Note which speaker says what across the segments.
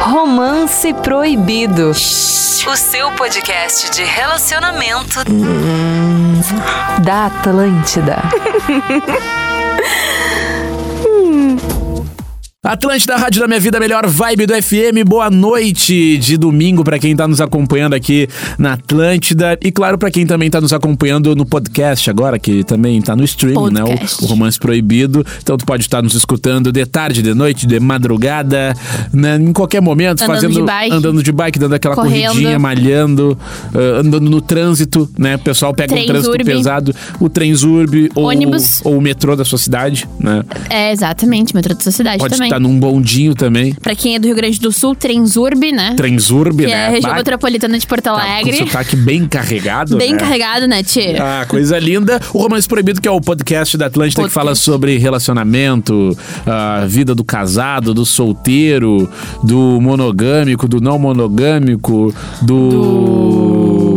Speaker 1: Romance Proibido. O seu podcast de relacionamento da Atlântida.
Speaker 2: Atlântida, Rádio da Minha Vida, melhor vibe do FM. Boa noite de domingo pra quem tá nos acompanhando aqui na Atlântida. E claro, pra quem também tá nos acompanhando no podcast agora, que também tá no streaming, né? O,
Speaker 3: Podcast.
Speaker 2: o Romance Proibido. Então tu pode estar nos escutando de tarde, de noite, de madrugada, né? em qualquer momento,
Speaker 3: Andando
Speaker 2: fazendo.
Speaker 3: de bike.
Speaker 2: andando de bike, dando aquela
Speaker 3: Correndo.
Speaker 2: corridinha, malhando, ah, andando no trânsito, né? O pessoal pega um
Speaker 3: Trens
Speaker 2: trânsito
Speaker 3: urbe.
Speaker 2: pesado, o Transurb ou,
Speaker 3: Ônibus.
Speaker 2: ou o metrô da sua cidade, né?
Speaker 3: É, exatamente, metrô da sua cidade
Speaker 2: Pode
Speaker 3: também.
Speaker 2: estar num bondinho também.
Speaker 3: Pra quem é do Rio Grande do Sul, Transurb, né?
Speaker 2: Transurb,
Speaker 3: que
Speaker 2: né?
Speaker 3: é a região
Speaker 2: Bah,
Speaker 3: metropolitana de Porto
Speaker 2: tá
Speaker 3: Alegre.
Speaker 2: Com sotaque bem carregado,
Speaker 3: Bem
Speaker 2: né?
Speaker 3: carregado, né, Tchê?
Speaker 2: Ah, coisa linda. O Romance Proibido, que é o podcast da Atlântida que
Speaker 3: Podcast.
Speaker 2: fala sobre relacionamento, a vida do casado, do solteiro, do monogâmico, do não monogâmico, do.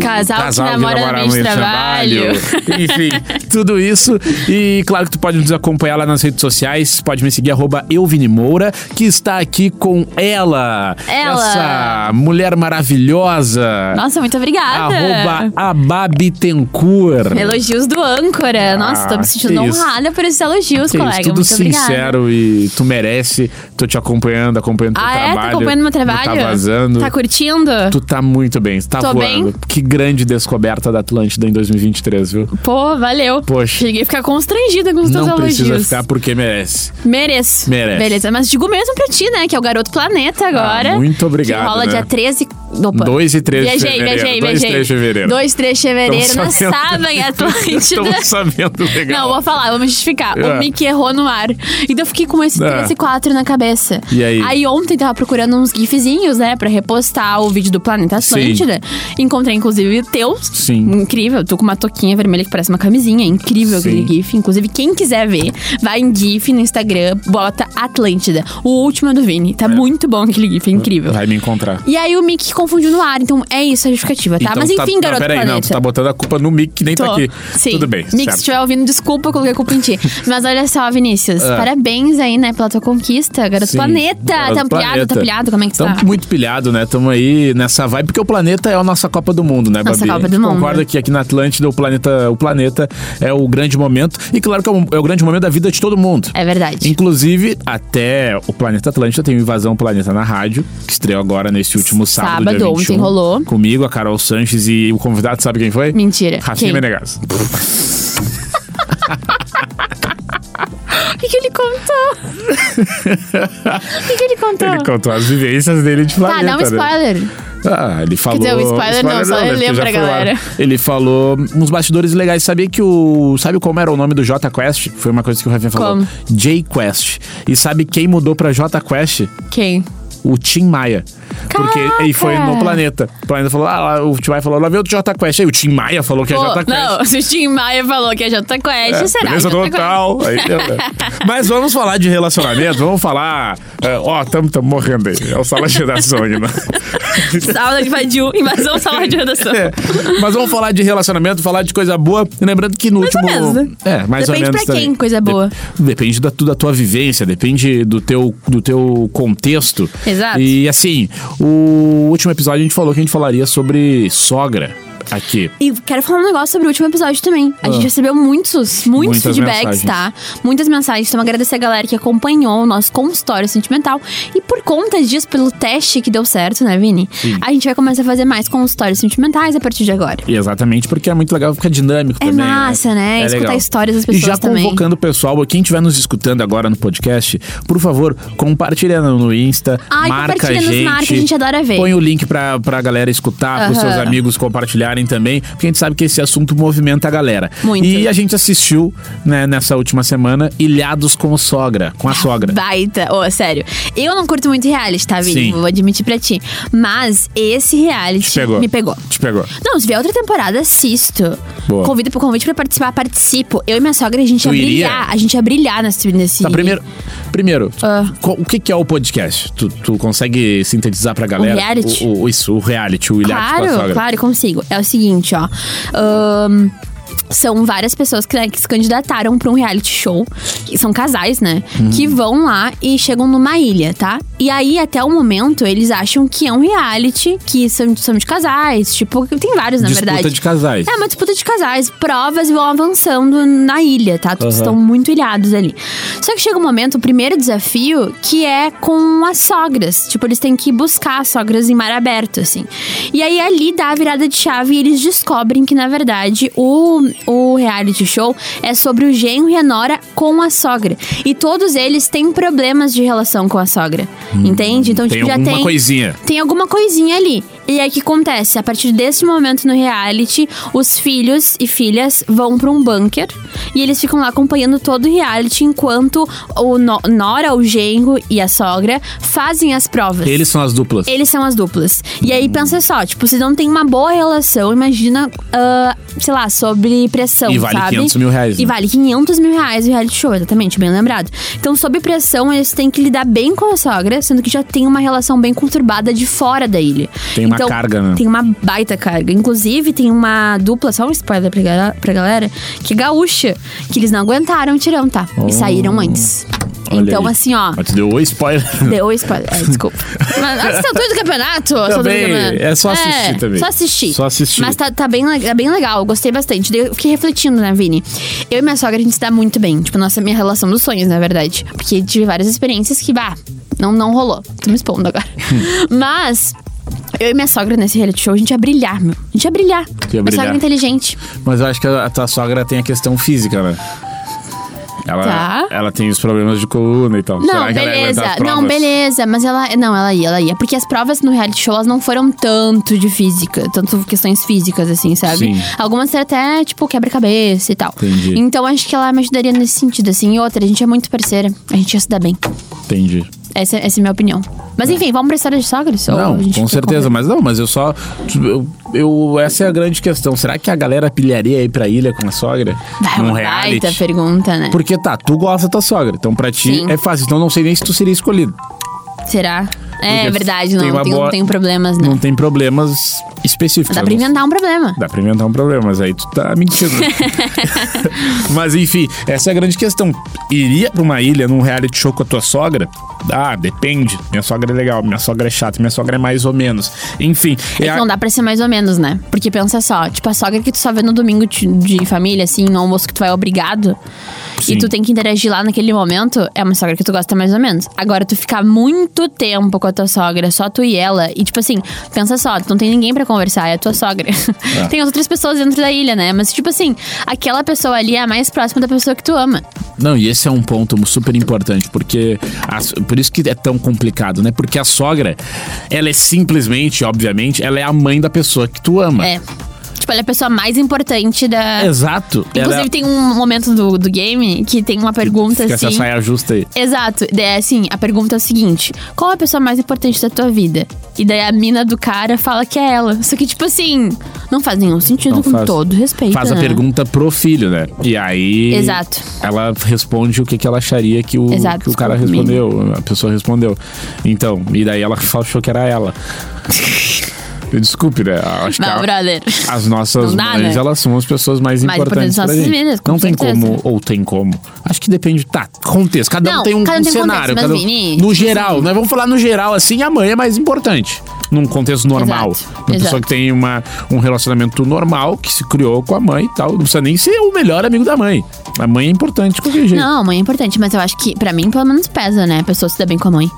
Speaker 3: Casal que namora no meio de trabalho.
Speaker 2: Enfim, tudo isso. E claro que tu pode nos acompanhar lá nas redes sociais. Pode me seguir, arroba Euvinimoura, que está aqui com ela.
Speaker 3: Ela.
Speaker 2: Essa mulher maravilhosa.
Speaker 3: Nossa, muito obrigada.
Speaker 2: Arroba Ababitencourt.
Speaker 3: Elogios do âncora. Nossa, tô me
Speaker 2: Ah,
Speaker 3: sentindo
Speaker 2: que isso.
Speaker 3: honrada por esses elogios,
Speaker 2: Que isso,
Speaker 3: colega.
Speaker 2: tudo
Speaker 3: muito obrigada.
Speaker 2: sincero e tu merece. Tô te acompanhando, acompanhando teu
Speaker 3: Ah, é?
Speaker 2: trabalho.
Speaker 3: Tá acompanhando meu trabalho?
Speaker 2: Não tá vazando.
Speaker 3: Tá curtindo?
Speaker 2: Tu tá muito bem, tu tá
Speaker 3: Tô
Speaker 2: voando.
Speaker 3: bem.
Speaker 2: Que grande descoberta da Atlântida em 2023, viu?
Speaker 3: Pô, valeu.
Speaker 2: Poxa.
Speaker 3: Cheguei a ficar constrangida com os teus
Speaker 2: Não
Speaker 3: elogios.
Speaker 2: precisa ficar porque merece.
Speaker 3: Mereço.
Speaker 2: Merece.
Speaker 3: Beleza, mas digo mesmo pra ti, né? Que é o Garoto Planeta agora.
Speaker 2: Ah, muito obrigado,
Speaker 3: Que rola
Speaker 2: né?
Speaker 3: dia 13. Opa.
Speaker 2: 2 e 3 de
Speaker 3: viajei,
Speaker 2: fevereiro.
Speaker 3: viajei,
Speaker 2: 2 e
Speaker 3: viajei.
Speaker 2: 3 de fevereiro.
Speaker 3: 2, 3 de fevereiro,
Speaker 2: Tão
Speaker 3: na
Speaker 2: sabendo.
Speaker 3: sábado em Atlântida.
Speaker 2: Estamos sabendo legal.
Speaker 3: Não, vou falar, vamos justificar.
Speaker 2: É.
Speaker 3: O Mickey errou no ar. Então eu fiquei com esse
Speaker 2: É.
Speaker 3: 13 4 na cabeça.
Speaker 2: E aí?
Speaker 3: Aí ontem tava procurando uns gifzinhos, né? Pra repostar o vídeo do Planeta
Speaker 2: Sim.
Speaker 3: Atlântida. Encontrei, inclusive, teus.
Speaker 2: Sim.
Speaker 3: Incrível. Tô com uma toquinha vermelha que parece uma camisinha. É Incrível
Speaker 2: Sim.
Speaker 3: aquele gif. Inclusive, quem quiser ver, vai em gif no Instagram, bota Atlântida. O último é do Vini. Tá muito bom aquele gif, é incrível.
Speaker 2: Vai me encontrar.
Speaker 3: E aí o Mickey confundiu no ar, então é isso a justificativa, tá?
Speaker 2: Então
Speaker 3: Mas
Speaker 2: tu
Speaker 3: enfim,
Speaker 2: não,
Speaker 3: garoto
Speaker 2: peraí,
Speaker 3: planeta.
Speaker 2: não, tu tá botando a culpa no Mick que nem tá
Speaker 3: Tô.
Speaker 2: aqui.
Speaker 3: Sim.
Speaker 2: Tudo bem.
Speaker 3: Mix, se
Speaker 2: certo.
Speaker 3: estiver ouvindo, desculpa, eu coloquei a culpa em ti. Mas olha só, Vinícius, parabéns aí, né, pela tua conquista, garoto
Speaker 2: Ah. Sim,
Speaker 3: planeta.
Speaker 2: garoto
Speaker 3: tá pilhado,
Speaker 2: planeta. Então,
Speaker 3: tá pilhado, como é que tu
Speaker 2: Tamo
Speaker 3: tá?
Speaker 2: muito pilhado, né? Tamo aí nessa vibe, porque o planeta é a nossa Copa do Mundo, né,
Speaker 3: Nossa
Speaker 2: Babi?
Speaker 3: Copa
Speaker 2: A gente
Speaker 3: do Mundo.
Speaker 2: concorda que aqui na Atlântida o planeta, o planeta é o grande momento. E claro que é o, é o grande momento da vida de todo mundo.
Speaker 3: É verdade.
Speaker 2: então- Inclusive, até o Planeta Atlântida tem o Invasão Planeta na rádio, que estreou agora nesse último sábado,
Speaker 3: Sábado,
Speaker 2: dia
Speaker 3: ontem
Speaker 2: 21,
Speaker 3: rolou.
Speaker 2: Comigo, a Carol Sanches e o convidado, sabe quem foi?
Speaker 3: Mentira.
Speaker 2: Rafinha
Speaker 3: Quem?
Speaker 2: Menegas.
Speaker 3: O que, que ele contou? O que, que ele contou?
Speaker 2: Ele contou as vivências dele de
Speaker 3: Tá,
Speaker 2: planeta,
Speaker 3: dá um
Speaker 2: né?
Speaker 3: spoiler.
Speaker 2: Ah, ele falou.
Speaker 3: dizer, o spoiler não, só
Speaker 2: né,
Speaker 3: ele
Speaker 2: porque
Speaker 3: lembra,
Speaker 2: já foi lá.
Speaker 3: galera.
Speaker 2: Ele falou uns bastidores legais. Sabia que o. Sabe como era o nome do J Quest? Foi uma coisa que o Rafinha falou.
Speaker 3: Como?
Speaker 2: J Quest. E sabe quem mudou pra J Quest?
Speaker 3: Quem?
Speaker 2: O Tim Maia. Porque
Speaker 3: Caraca!
Speaker 2: ele foi no planeta. O planeta falou: ah, lá, o Tim Maia falou, lá veio o J Quest. Aí o Tim Maia falou que é
Speaker 3: Pô,
Speaker 2: J Quest.
Speaker 3: não, se o Tim Maia falou que é Jota Quest, será?
Speaker 2: Beleza
Speaker 3: Jota Quest.
Speaker 2: total. Aí, né? Mas vamos falar de relacionamento, vamos falar. é, Ó, tamo, tamo morrendo aí. É o sala de redação ainda.
Speaker 3: Sala de Vadiu, invasão sala de redação.
Speaker 2: É, mas vamos falar de relacionamento, falar de coisa boa. E Lembrando que no
Speaker 3: Mais ou
Speaker 2: último.
Speaker 3: menos, né?
Speaker 2: É, mais
Speaker 3: Depende
Speaker 2: ou menos.
Speaker 3: pra
Speaker 2: também.
Speaker 3: quem, coisa
Speaker 2: Dep-
Speaker 3: boa.
Speaker 2: depende da, tu- da tua vivência, depende do teu, do teu contexto.
Speaker 3: Exato.
Speaker 2: E assim, o último episódio a gente falou que a gente falaria sobre sogra aqui.
Speaker 3: E quero falar um negócio sobre o último episódio também. A gente recebeu muitos,
Speaker 2: Ah.
Speaker 3: muitos
Speaker 2: Muitas mensagens.
Speaker 3: feedbacks, tá? Muitas mensagens. Então, agradecer a galera que acompanhou o nosso consultório sentimental. E por conta disso, pelo teste que deu certo, né, Vini? A gente vai começar a fazer mais consultórios sentimentais a partir de agora.
Speaker 2: E Exatamente, porque é muito legal ficar dinâmico
Speaker 3: É
Speaker 2: também.
Speaker 3: massa, né?
Speaker 2: É
Speaker 3: Escutar
Speaker 2: legal.
Speaker 3: histórias das
Speaker 2: E já
Speaker 3: pessoas também.
Speaker 2: convocando o pessoal, quem estiver nos escutando agora no podcast, por favor, compartilha no no Insta,
Speaker 3: Ai,
Speaker 2: marca a
Speaker 3: compartilha nos
Speaker 2: gente.
Speaker 3: marca, a gente adora ver.
Speaker 2: Põe o link pra, pra galera escutar, pros
Speaker 3: Aham.
Speaker 2: seus amigos compartilharem também, porque a gente sabe que esse assunto movimenta a galera.
Speaker 3: Muito.
Speaker 2: E a gente assistiu, né, nessa última semana, Ilhados com Sogra,
Speaker 3: Ah,
Speaker 2: com a sogra.
Speaker 3: Baita. tá. Ô, sério. Eu não curto muito reality, tá, Vini?
Speaker 2: Sim.
Speaker 3: Vou admitir pra ti. Mas esse reality
Speaker 2: Te pegou.
Speaker 3: me pegou.
Speaker 2: Te pegou.
Speaker 3: Não, se vier outra temporada, assisto.
Speaker 2: Boa.
Speaker 3: Convido pro convite pra participar, participo. Eu e minha sogra, a gente
Speaker 2: Tu
Speaker 3: ia
Speaker 2: iria?
Speaker 3: brilhar. A gente ia brilhar nesse. nesse...
Speaker 2: Tá, primeiro, primeiro tu-
Speaker 3: Ah.
Speaker 2: co- o que, que é o podcast? Tu, tu consegue sintetizar pra galera?
Speaker 3: reality?
Speaker 2: O, o- isso, o reality, o Ilhados com a
Speaker 3: Claro,
Speaker 2: Sogra.
Speaker 3: claro, consigo. É o seguinte, ó. Ahn, são várias pessoas que, né, que se candidataram pra um reality show, que são casais, né?
Speaker 2: Uhum.
Speaker 3: Que vão lá e chegam numa ilha, tá? E aí, até o momento, eles acham que é um reality, que são, são de casais, tipo, tem vários, na
Speaker 2: Disputa
Speaker 3: verdade.
Speaker 2: de casais.
Speaker 3: É uma disputa de casais. Provas vão avançando na ilha, tá? Todos
Speaker 2: Aham.
Speaker 3: estão muito ilhados ali. Só que chega um momento, o primeiro desafio, que é com as sogras. Tipo, eles têm que buscar as sogras em mar aberto, assim. E aí ali dá a virada de chave e eles descobrem que, na verdade, o, o reality show é sobre o genro e a nora com a sogra. E todos eles têm problemas de relação com a sogra. entende? Então,
Speaker 2: Hum, tem
Speaker 3: tipo, já
Speaker 2: alguma
Speaker 3: tem
Speaker 2: coisinha.
Speaker 3: tem alguma coisinha ali. E aí o que acontece? A partir desse momento no reality, os filhos e filhas vão pra um bunker e eles ficam lá acompanhando todo o reality enquanto o no- Nora, o genro e a sogra fazem as provas.
Speaker 2: Eles são as duplas.
Speaker 3: Eles são as duplas. E aí pensa só, tipo, se não tem uma boa relação, imagina, ah, sei lá, sobre pressão,
Speaker 2: E vale
Speaker 3: sabe?
Speaker 2: 500 mil reais,
Speaker 3: E
Speaker 2: né?
Speaker 3: vale 500 mil reais o reality show, exatamente, bem lembrado. Então, sob pressão, eles têm que lidar bem com a sogra, sendo que já tem uma relação bem conturbada de fora da ilha. Então,
Speaker 2: Tem uma carga, né?
Speaker 3: Tem uma baita carga. Inclusive, tem uma dupla, só um spoiler pra, ga- pra galera, que é gaúcha, que eles não aguentaram o tirão, tá? E saíram antes.
Speaker 2: Oh. Olha
Speaker 3: então,
Speaker 2: aí.
Speaker 3: assim, ó.
Speaker 2: Mas te deu o spoiler.
Speaker 3: Deu o spoiler. É, desculpa. Mas a altura do campeonato. a essa altura do
Speaker 2: Também,
Speaker 3: campeonato.
Speaker 2: é só assistir também.
Speaker 3: Só assistir.
Speaker 2: Só assistir.
Speaker 3: Mas tá, tá bem, le- é bem legal, eu gostei bastante. Daí Eu fiquei refletindo, né, Vini? Eu e minha sogra, a gente se dá muito bem. Tipo, nossa, minha relação dos sonhos, na verdade. Porque tive várias experiências que, bah, não, não rolou. Tô me expondo agora.
Speaker 2: Hum.
Speaker 3: Mas... Eu e minha sogra nesse reality show, a gente ia brilhar, meu. A gente ia brilhar.
Speaker 2: ia
Speaker 3: Minha
Speaker 2: brilhar.
Speaker 3: sogra é inteligente.
Speaker 2: Mas eu acho que a tua sogra tem a questão física, né? Ela,
Speaker 3: Tá.
Speaker 2: ela tem os problemas de coluna e tal.
Speaker 3: Não,
Speaker 2: Será que ela ia
Speaker 3: beleza.
Speaker 2: aguentar as
Speaker 3: Não,
Speaker 2: provas?
Speaker 3: beleza. Mas ela. Não, ela ia, ela ia. Porque as provas no reality show elas não foram tanto de física, tanto questões físicas, assim, sabe?
Speaker 2: Sim.
Speaker 3: Algumas eram até, tipo, quebra-cabeça e tal.
Speaker 2: Entendi.
Speaker 3: Então acho que ela me ajudaria nesse sentido, assim. E outra, a gente é muito parceira. A gente ia se dar bem.
Speaker 2: Entendi.
Speaker 3: Essa, essa é a minha opinião. Mas enfim, vamos pra história de sogros? Ou
Speaker 2: Não,
Speaker 3: Então, a gente
Speaker 2: com
Speaker 3: fica
Speaker 2: certeza, mas não, mas eu só. Eu, eu- essa é a grande questão. Será que a galera pilharia aí pra ilha com a sogra?
Speaker 3: Vai,
Speaker 2: num
Speaker 3: uma
Speaker 2: reality?
Speaker 3: baita pergunta, né?
Speaker 2: Porque tá, tu gosta da tua sogra, então pra ti
Speaker 3: Sim.
Speaker 2: é fácil. Então não sei nem se tu seria escolhido.
Speaker 3: Será? É,
Speaker 2: Porque
Speaker 3: verdade,
Speaker 2: tem
Speaker 3: não.
Speaker 2: uma
Speaker 3: tenho,
Speaker 2: boa-
Speaker 3: tenho problemas, né?
Speaker 2: Não tem problemas específicos.
Speaker 3: Dá
Speaker 2: a
Speaker 3: pra
Speaker 2: não ser-
Speaker 3: inventar um problema.
Speaker 2: Dá pra inventar um problema, mas aí tu tá mentindo. mas enfim, essa é a grande questão. Iria pra uma ilha num reality show com a tua sogra? Ah, depende. Minha sogra é legal, minha sogra é chata, minha sogra é mais ou menos. Enfim.
Speaker 3: É
Speaker 2: é
Speaker 3: que
Speaker 2: a-
Speaker 3: não dá pra ser mais ou menos, né? Porque pensa só, tipo, a sogra que tu só vê no domingo de, de família, assim, no almoço que tu vai obrigado,
Speaker 2: Sim.
Speaker 3: e tu tem que interagir lá naquele momento, é uma sogra que tu gosta mais ou menos. Agora, tu ficar muito tempo com a tua sogra, só tu e ela, e tipo assim, pensa só, tu não tem ninguém pra conversar, é a tua sogra. tem as outras pessoas dentro da ilha, né? Mas, tipo assim, aquela pessoa ali é a mais próxima da pessoa que tu ama.
Speaker 2: Não, e esse é um ponto super importante, porque as- por isso que é tão complicado, né? Porque a sogra, ela é simplesmente, obviamente, ela é a mãe da pessoa que tu ama.
Speaker 3: É. Tipo, ela é a pessoa mais importante da.
Speaker 2: Exato.
Speaker 3: Inclusive,
Speaker 2: ela é
Speaker 3: tem um momento do, do game que tem uma pergunta
Speaker 2: fica
Speaker 3: assim.
Speaker 2: essa saia justa aí.
Speaker 3: Exato. Daí, assim, a pergunta é o seguinte: qual a pessoa mais importante da tua vida? E daí a mina do cara fala que é ela. Só que, tipo assim, não faz nenhum sentido,
Speaker 2: Não
Speaker 3: com
Speaker 2: faz.
Speaker 3: todo respeito.
Speaker 2: Faz a
Speaker 3: né?
Speaker 2: pergunta pro filho, né? E aí.
Speaker 3: Exato.
Speaker 2: Ela responde o que, que ela acharia que o,
Speaker 3: Exato,
Speaker 2: que o cara
Speaker 3: desculpa,
Speaker 2: respondeu, a pessoa respondeu. Então, e daí ela achou que era ela. Desculpe, né? Acho que
Speaker 3: Não,
Speaker 2: a-
Speaker 3: brother.
Speaker 2: as nossas
Speaker 3: Não dá,
Speaker 2: mães,
Speaker 3: né?
Speaker 2: elas são as pessoas mais,
Speaker 3: Mais
Speaker 2: importantes
Speaker 3: importantes
Speaker 2: pra
Speaker 3: nossas
Speaker 2: gente.
Speaker 3: vidas, com
Speaker 2: Não tem
Speaker 3: certeza.
Speaker 2: como, ou tem como. Acho que depende, tá, contexto. Cada um
Speaker 3: Não,
Speaker 2: tem um,
Speaker 3: cada um
Speaker 2: um
Speaker 3: tem um
Speaker 2: cenário.
Speaker 3: contexto, mas
Speaker 2: cada um-
Speaker 3: Vini,
Speaker 2: no
Speaker 3: tipo
Speaker 2: geral,
Speaker 3: assim-
Speaker 2: né? Vamos falar no geral, assim, a mãe é mais importante. Num contexto normal.
Speaker 3: Exato,
Speaker 2: uma pessoa
Speaker 3: exato.
Speaker 2: que tem uma, um relacionamento normal, que se criou com a mãe e tal. Não precisa nem ser o melhor amigo da mãe. A mãe é importante de qualquer jeito.
Speaker 3: Não, mãe é importante, mas eu acho que, pra mim, pelo menos pesa, né? A pessoa se dá bem com a mãe.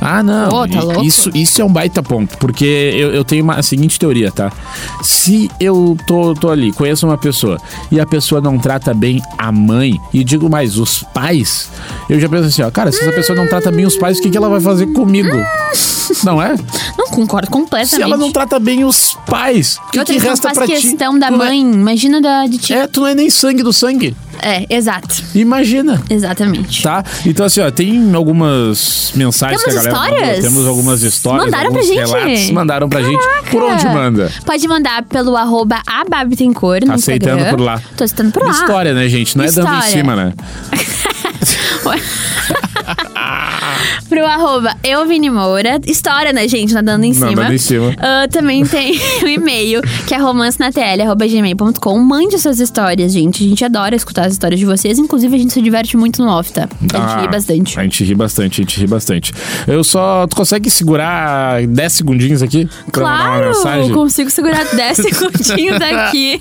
Speaker 2: Ah, não.
Speaker 3: Pô, tá
Speaker 2: I-
Speaker 3: louco?
Speaker 2: Isso, isso é um baita ponto, porque eu, eu tenho uma a seguinte teoria, tá? Se eu tô, tô ali, conheço uma pessoa e a pessoa não trata bem a mãe, e digo mais, os pais, eu já penso assim, ó, cara, se essa pessoa não trata bem os pais, o que, que ela vai fazer comigo? Não é?
Speaker 3: Não concordo completamente.
Speaker 2: Se ela não trata bem os pais, o que,
Speaker 3: Outra
Speaker 2: que
Speaker 3: que não
Speaker 2: resta
Speaker 3: faz
Speaker 2: pra ti?
Speaker 3: questão da
Speaker 2: Tu não é-
Speaker 3: mãe, tipo imagina da de ti.
Speaker 2: É, tu não é nem sangue do sangue.
Speaker 3: É, exato.
Speaker 2: Imagina.
Speaker 3: Exatamente.
Speaker 2: Tá? Então, assim, ó, tem algumas mensagens
Speaker 3: Temos
Speaker 2: que a galera mandou.
Speaker 3: histórias?
Speaker 2: Temos algumas histórias.
Speaker 3: Mandaram pra
Speaker 2: alguns
Speaker 3: gente?
Speaker 2: Relatos, mandaram pra gente.
Speaker 3: Caraca!
Speaker 2: Por onde manda?
Speaker 3: Pode mandar pelo arroba ababitencor no
Speaker 2: Tá aceitando
Speaker 3: Instagram.
Speaker 2: por lá.
Speaker 3: Tô aceitando por lá.
Speaker 2: História, né, gente? Não é dando em
Speaker 3: História.
Speaker 2: cima, né?
Speaker 3: pro arroba eu, Vini Moura. História, né, gente? Nadando em cima.
Speaker 2: Nadando em cima.
Speaker 3: Ah, também tem o e-mail, que é romancenatl.gmail.com. Mande suas histórias, gente. A gente adora escutar as histórias de vocês. Inclusive, a gente se diverte muito no off, tá? A gente
Speaker 2: Ah,
Speaker 3: ri bastante.
Speaker 2: A gente ri bastante, a gente ri bastante. Eu só. Tu consegue segurar 10 segundinhos aqui? Pra mandar uma
Speaker 3: Claro,
Speaker 2: mensagem?
Speaker 3: consigo segurar 10 segundinhos daqui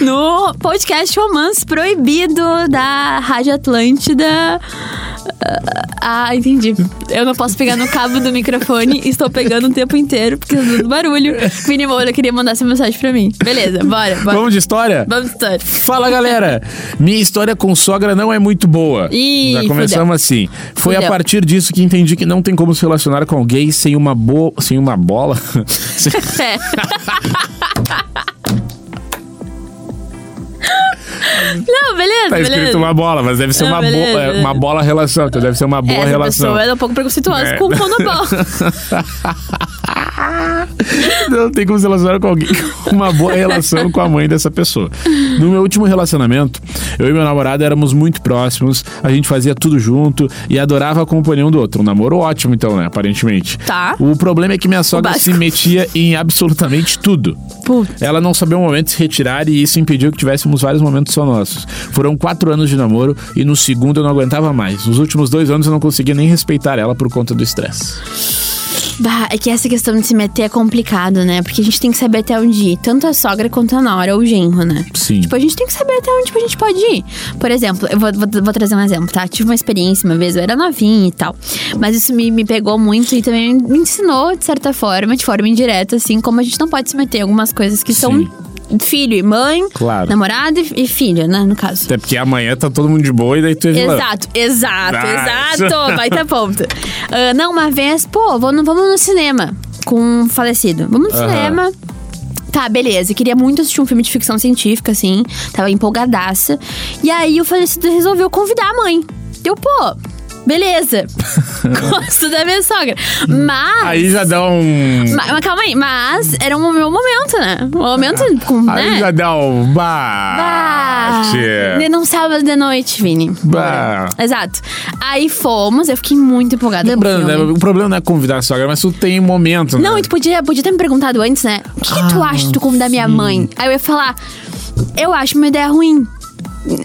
Speaker 3: no podcast Romance Proibido da Rádio Atlântida. Ah, entendi. Eu não posso pegar no cabo do microfone, estou pegando o tempo inteiro por causa do barulho. Vini Moura queria mandar essa mensagem pra mim. Beleza, bora, bora.
Speaker 2: Vamos de história?
Speaker 3: Vamos estar.
Speaker 2: Fala galera, minha história com sogra não é muito boa.
Speaker 3: Ih,
Speaker 2: Já começamos assim. Foi a
Speaker 3: Fudeu.
Speaker 2: partir disso que entendi que não tem como se relacionar com alguém sem uma bo... sem uma bola. Sem-
Speaker 3: É. Não, beleza,
Speaker 2: tá escrito
Speaker 3: beleza.
Speaker 2: uma bola, mas deve ser
Speaker 3: Ah,
Speaker 2: uma, bo-
Speaker 3: beleza,
Speaker 2: é,
Speaker 3: beleza.
Speaker 2: uma bola relação, então deve ser uma boa
Speaker 3: Essa
Speaker 2: relação.
Speaker 3: pessoa é um pouco preconceituosa
Speaker 2: É.
Speaker 3: com o monobol.
Speaker 2: Não tem como se relacionar com alguém com uma boa relação com a mãe dessa pessoa. No meu último relacionamento, eu e meu namorado éramos muito próximos, a gente fazia tudo junto e adorava a companhia um do outro. Um namoro ótimo, então, né? Aparentemente.
Speaker 3: Tá.
Speaker 2: O problema é que minha sogra
Speaker 3: básico.
Speaker 2: se metia em absolutamente tudo.
Speaker 3: Puta.
Speaker 2: Ela não sabia o momento de se retirar e isso impediu que tivéssemos vários momentos só nossos. Foram quatro anos de namoro e no segundo eu não aguentava mais. Nos últimos dois anos eu não conseguia nem respeitar ela por conta do estresse.
Speaker 3: Bah, é que essa questão de se meter é complicado, né? Porque a gente tem que saber até onde ir. Tanto a sogra quanto a nora ou o genro, né?
Speaker 2: Sim.
Speaker 3: Tipo, a gente tem que saber até onde tipo, a gente pode ir. Por exemplo, eu vou, vou- vou trazer um exemplo, tá? Tive uma experiência uma vez, eu era novinha e tal. Mas isso me, me pegou muito e também me ensinou, de certa forma, de forma indireta, assim, como a gente não pode se meter em algumas coisas que
Speaker 2: Sim.
Speaker 3: são filho e mãe,
Speaker 2: Claro.
Speaker 3: namorado e, e filho, né? No caso.
Speaker 2: Até porque amanhã tá todo mundo de boa e daí tu é vilã.
Speaker 3: Exato, exato,
Speaker 2: Ah, isso.
Speaker 3: exato. Vai ter ponto. Ah, não, uma vez, pô, vou no- vamos no cinema com um falecido. Vamos no
Speaker 2: Aham.
Speaker 3: cinema. Tá, beleza. Eu queria muito assistir um filme de ficção científica, assim. Tava empolgadaça. E aí o falecido resolveu convidar a mãe. Deu, pô, beleza. Gosto da minha sogra. Mas.
Speaker 2: Aí já dá um.
Speaker 3: ma- Mas, calma aí, mas era o meu momento, né? O momento com.
Speaker 2: Ah, Aí
Speaker 3: né?
Speaker 2: já dá um. Bah!
Speaker 3: Bah!
Speaker 2: tchê.
Speaker 3: Num sábado Ah, de noite,
Speaker 2: Ah,
Speaker 3: Vini.
Speaker 2: é. Bah.
Speaker 3: Exato. Aí fomos, eu fiquei muito empolgada. com o
Speaker 2: Lembrando, né?
Speaker 3: filme.
Speaker 2: O problema não é convidar a sogra, mas tu tem momento.
Speaker 3: Não,
Speaker 2: né?
Speaker 3: e tu podia, podia ter me perguntado antes, né? O que, que tu
Speaker 2: Ah,
Speaker 3: acha de tu convidar minha mãe? Aí eu ia falar, eu acho uma ideia ruim,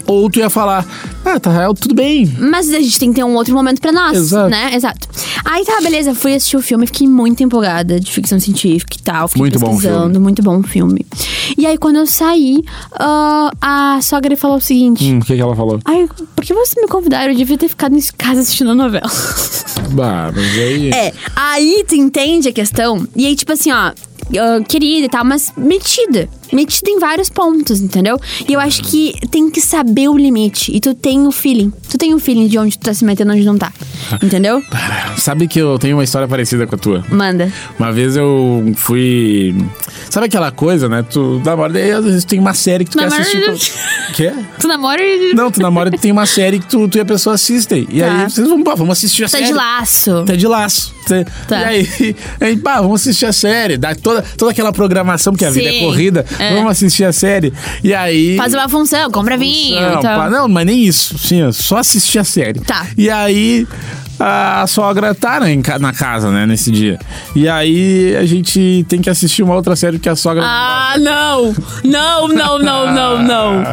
Speaker 2: Ou tu ia falar, ah, tá, é, tudo bem.
Speaker 3: mas a gente tem que ter um outro momento pra nós,
Speaker 2: Exato.
Speaker 3: né? Exato. Aí tá, beleza, fui assistir o filme, fiquei muito empolgada de ficção científica e tal. Fiquei
Speaker 2: Muito bom
Speaker 3: pesquisando, muito bom o filme. E aí quando eu saí, ah, a sogra falou o seguinte...
Speaker 2: Hum, o que, que ela falou?
Speaker 3: Ai, por que vocês me convidaram? Eu devia ter ficado em casa assistindo a novela.
Speaker 2: Bah, mas aí.
Speaker 3: É, aí tu entende a questão. E aí, tipo assim, ó. ah, querida e tal, mas metida. Metida em vários pontos, entendeu? E eu acho que tem que saber o limite. E tu tem o feeling. Tu tem o feeling de onde tu tá se metendo e onde não tá. Entendeu?
Speaker 2: Sabe que eu tenho uma história parecida com a tua.
Speaker 3: Manda.
Speaker 2: Uma vez eu fui. Sabe aquela coisa, né? Tu namora, daí às vezes tem uma série que tu
Speaker 3: Namora-
Speaker 2: quer assistir. Com... Quê?
Speaker 3: Tu namora e.
Speaker 2: Não, tu namora e tem uma série que tu, tu e a pessoa assistem. E
Speaker 3: Tá.
Speaker 2: aí vocês vão, pô, vamos assistir a
Speaker 3: Tá
Speaker 2: série.
Speaker 3: de laço.
Speaker 2: Tá de laço. Tá-
Speaker 3: Tá.
Speaker 2: E aí, aí, pá, vamos assistir a série. Dá toda, toda aquela programação, porque a vida é
Speaker 3: Sim.
Speaker 2: corrida.
Speaker 3: É.
Speaker 2: Vamos assistir a série. E aí.
Speaker 3: Faz uma função, compra vinho.
Speaker 2: Não,
Speaker 3: então.
Speaker 2: pá, não, mas nem isso. Sim, só assistir a série.
Speaker 3: Tá.
Speaker 2: E aí. A sogra tá né, em ca- na casa, né, nesse dia. E aí a gente tem que assistir uma outra série que a sogra.
Speaker 3: Ah, não! Não, não, não, não, não.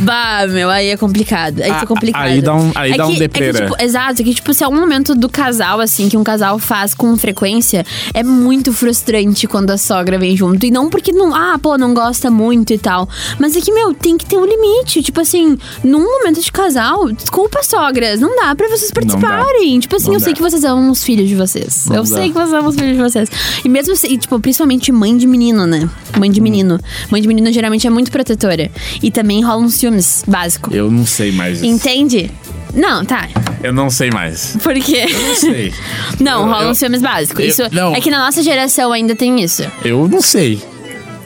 Speaker 3: Bah, meu, aí é complicado. Aí isso
Speaker 2: Ah,
Speaker 3: é complicado.
Speaker 2: aí dá um- aí
Speaker 3: é
Speaker 2: dá um
Speaker 3: que, é
Speaker 2: deprê,
Speaker 3: que,
Speaker 2: né?
Speaker 3: tipo, Exato, é que tipo, se é um momento do casal, assim, que um casal faz com frequência, é muito frustrante quando a sogra vem junto. E não porque não, ah, pô, não gosta muito e tal. Mas é que, meu, tem que ter um limite. Tipo assim, num momento de casal, desculpa, sogras, não dá pra vocês
Speaker 2: dá.
Speaker 3: participarem. Tipo assim,
Speaker 2: Não
Speaker 3: eu
Speaker 2: dá.
Speaker 3: sei que vocês amam os filhos de vocês.
Speaker 2: Não
Speaker 3: eu
Speaker 2: dá.
Speaker 3: sei que vocês amam os filhos de vocês. E mesmo se, e, tipo, principalmente mãe de menino, né? Mãe
Speaker 2: Hum.
Speaker 3: de menino. Mãe de menino geralmente é muito protetora. E também rolam uns filmes, básico.
Speaker 2: Eu não sei mais. isso.
Speaker 3: Entende? Não, tá.
Speaker 2: Eu não sei mais.
Speaker 3: Por quê?
Speaker 2: sei.
Speaker 3: Não,
Speaker 2: Eu-
Speaker 3: rolam
Speaker 2: eu-
Speaker 3: uns filmes básicos.
Speaker 2: eu-
Speaker 3: Isso
Speaker 2: não.
Speaker 3: é que na nossa geração ainda tem isso.
Speaker 2: Eu não sei.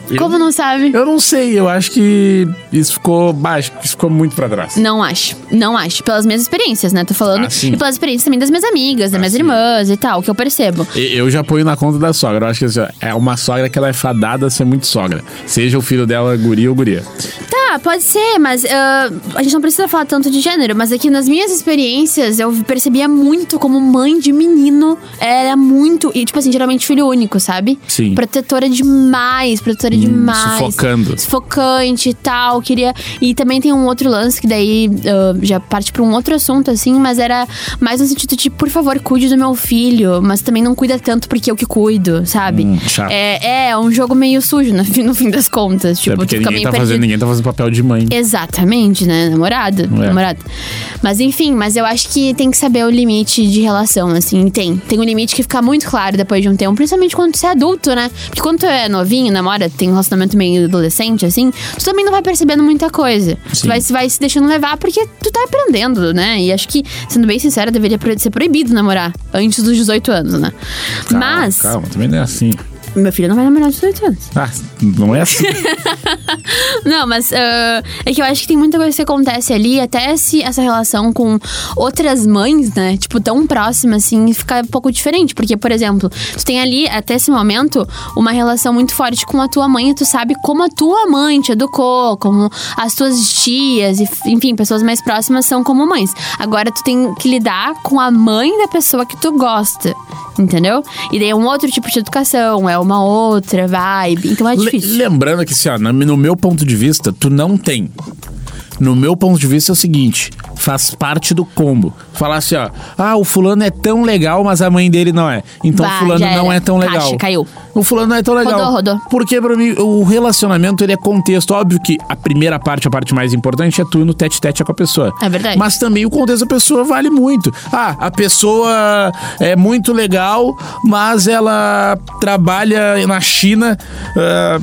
Speaker 2: Eu-
Speaker 3: Como não sabe?
Speaker 2: Eu não sei, eu acho que isso ficou baixo, isso ficou muito pra trás.
Speaker 3: Não acho, não acho. Pelas minhas experiências, né? Tô falando.
Speaker 2: Ah, sim. Ah,
Speaker 3: e pelas experiências também das minhas amigas, das minhas
Speaker 2: sim.
Speaker 3: irmãs e tal, que eu percebo.
Speaker 2: E- Eu já ponho na conta da sogra. Eu acho que assim, ó, é uma sogra que ela é fadada a ser muito sogra. Seja o filho dela guri ou guria.
Speaker 3: Tá, Ah, pode ser, mas ah, a gente não precisa falar tanto de gênero, mas aqui nas minhas experiências eu percebia muito como mãe de menino era muito. E, tipo assim, geralmente filho único, sabe?
Speaker 2: Sim. Hum,
Speaker 3: Protetora demais, protetora demais.
Speaker 2: sufocando.
Speaker 3: Sufocante e tal. Queria. E também tem um outro lance que daí ah, já parte pra um outro assunto, assim, mas era mais no sentido de, por favor, cuide do meu filho, mas também não cuida tanto porque eu que cuido, sabe?
Speaker 2: Hum, chato.
Speaker 3: É, é um jogo meio sujo no, fim- no fim das contas.
Speaker 2: É
Speaker 3: Tipo, tu
Speaker 2: porque
Speaker 3: fica
Speaker 2: ninguém
Speaker 3: meio
Speaker 2: tá,
Speaker 3: perdido.
Speaker 2: fazendo, ninguém tá fazendo papel de mãe.
Speaker 3: Exatamente, né? Namorado,
Speaker 2: É.
Speaker 3: namorado. Mas enfim, mas eu acho que tem que saber o limite de relação, assim, tem. Tem um limite que fica muito claro depois de um tempo, principalmente quando tu é adulto, né? Porque quando tu é novinho, namora, tem um relacionamento meio adolescente, assim, tu também não vai percebendo muita coisa.
Speaker 2: Sim.
Speaker 3: Tu vai, vai se deixando levar porque tu tá aprendendo, né? E acho que, sendo bem sincera, deveria pro- ser proibido namorar antes dos 18 anos, né?
Speaker 2: Calma,
Speaker 3: mas,
Speaker 2: Calma, também não é assim.
Speaker 3: meu filho não vai namorar aos 18 anos.
Speaker 2: Ah, não é assim.
Speaker 3: Não, mas ah, é que eu acho que tem muita coisa que acontece ali, até se essa relação com outras mães, né? Tipo, tão próxima assim, fica um pouco diferente. Porque, por exemplo, tu tem ali, até esse momento, uma relação muito forte com a tua mãe e tu sabe como a tua mãe te educou, como as tuas tias, e, enfim, pessoas mais próximas são como mães. Agora tu tem que lidar com a mãe da pessoa que tu gosta. Entendeu? E daí é um outro tipo de educação, é uma outra vibe. Então é
Speaker 2: Le-
Speaker 3: difícil.
Speaker 2: Lembrando que, assim, ó, na- no meu ponto de vista, tu não tem. No meu ponto de vista é o seguinte, faz parte do combo. Falar assim, ó, ah, o fulano é tão legal, mas a mãe dele não é. Então
Speaker 3: Bah,
Speaker 2: o fulano
Speaker 3: já
Speaker 2: não
Speaker 3: era.
Speaker 2: é tão legal.
Speaker 3: Caixa, caiu.
Speaker 2: O fulano não é tão legal.
Speaker 3: Rodou, rodou.
Speaker 2: Porque pra mim o relacionamento ele é contexto. Óbvio que a primeira parte, a parte mais importante é tu no tete tete com a pessoa.
Speaker 3: É verdade.
Speaker 2: Mas também o contexto da pessoa vale muito. Ah, a pessoa é muito legal, mas ela trabalha na China ah,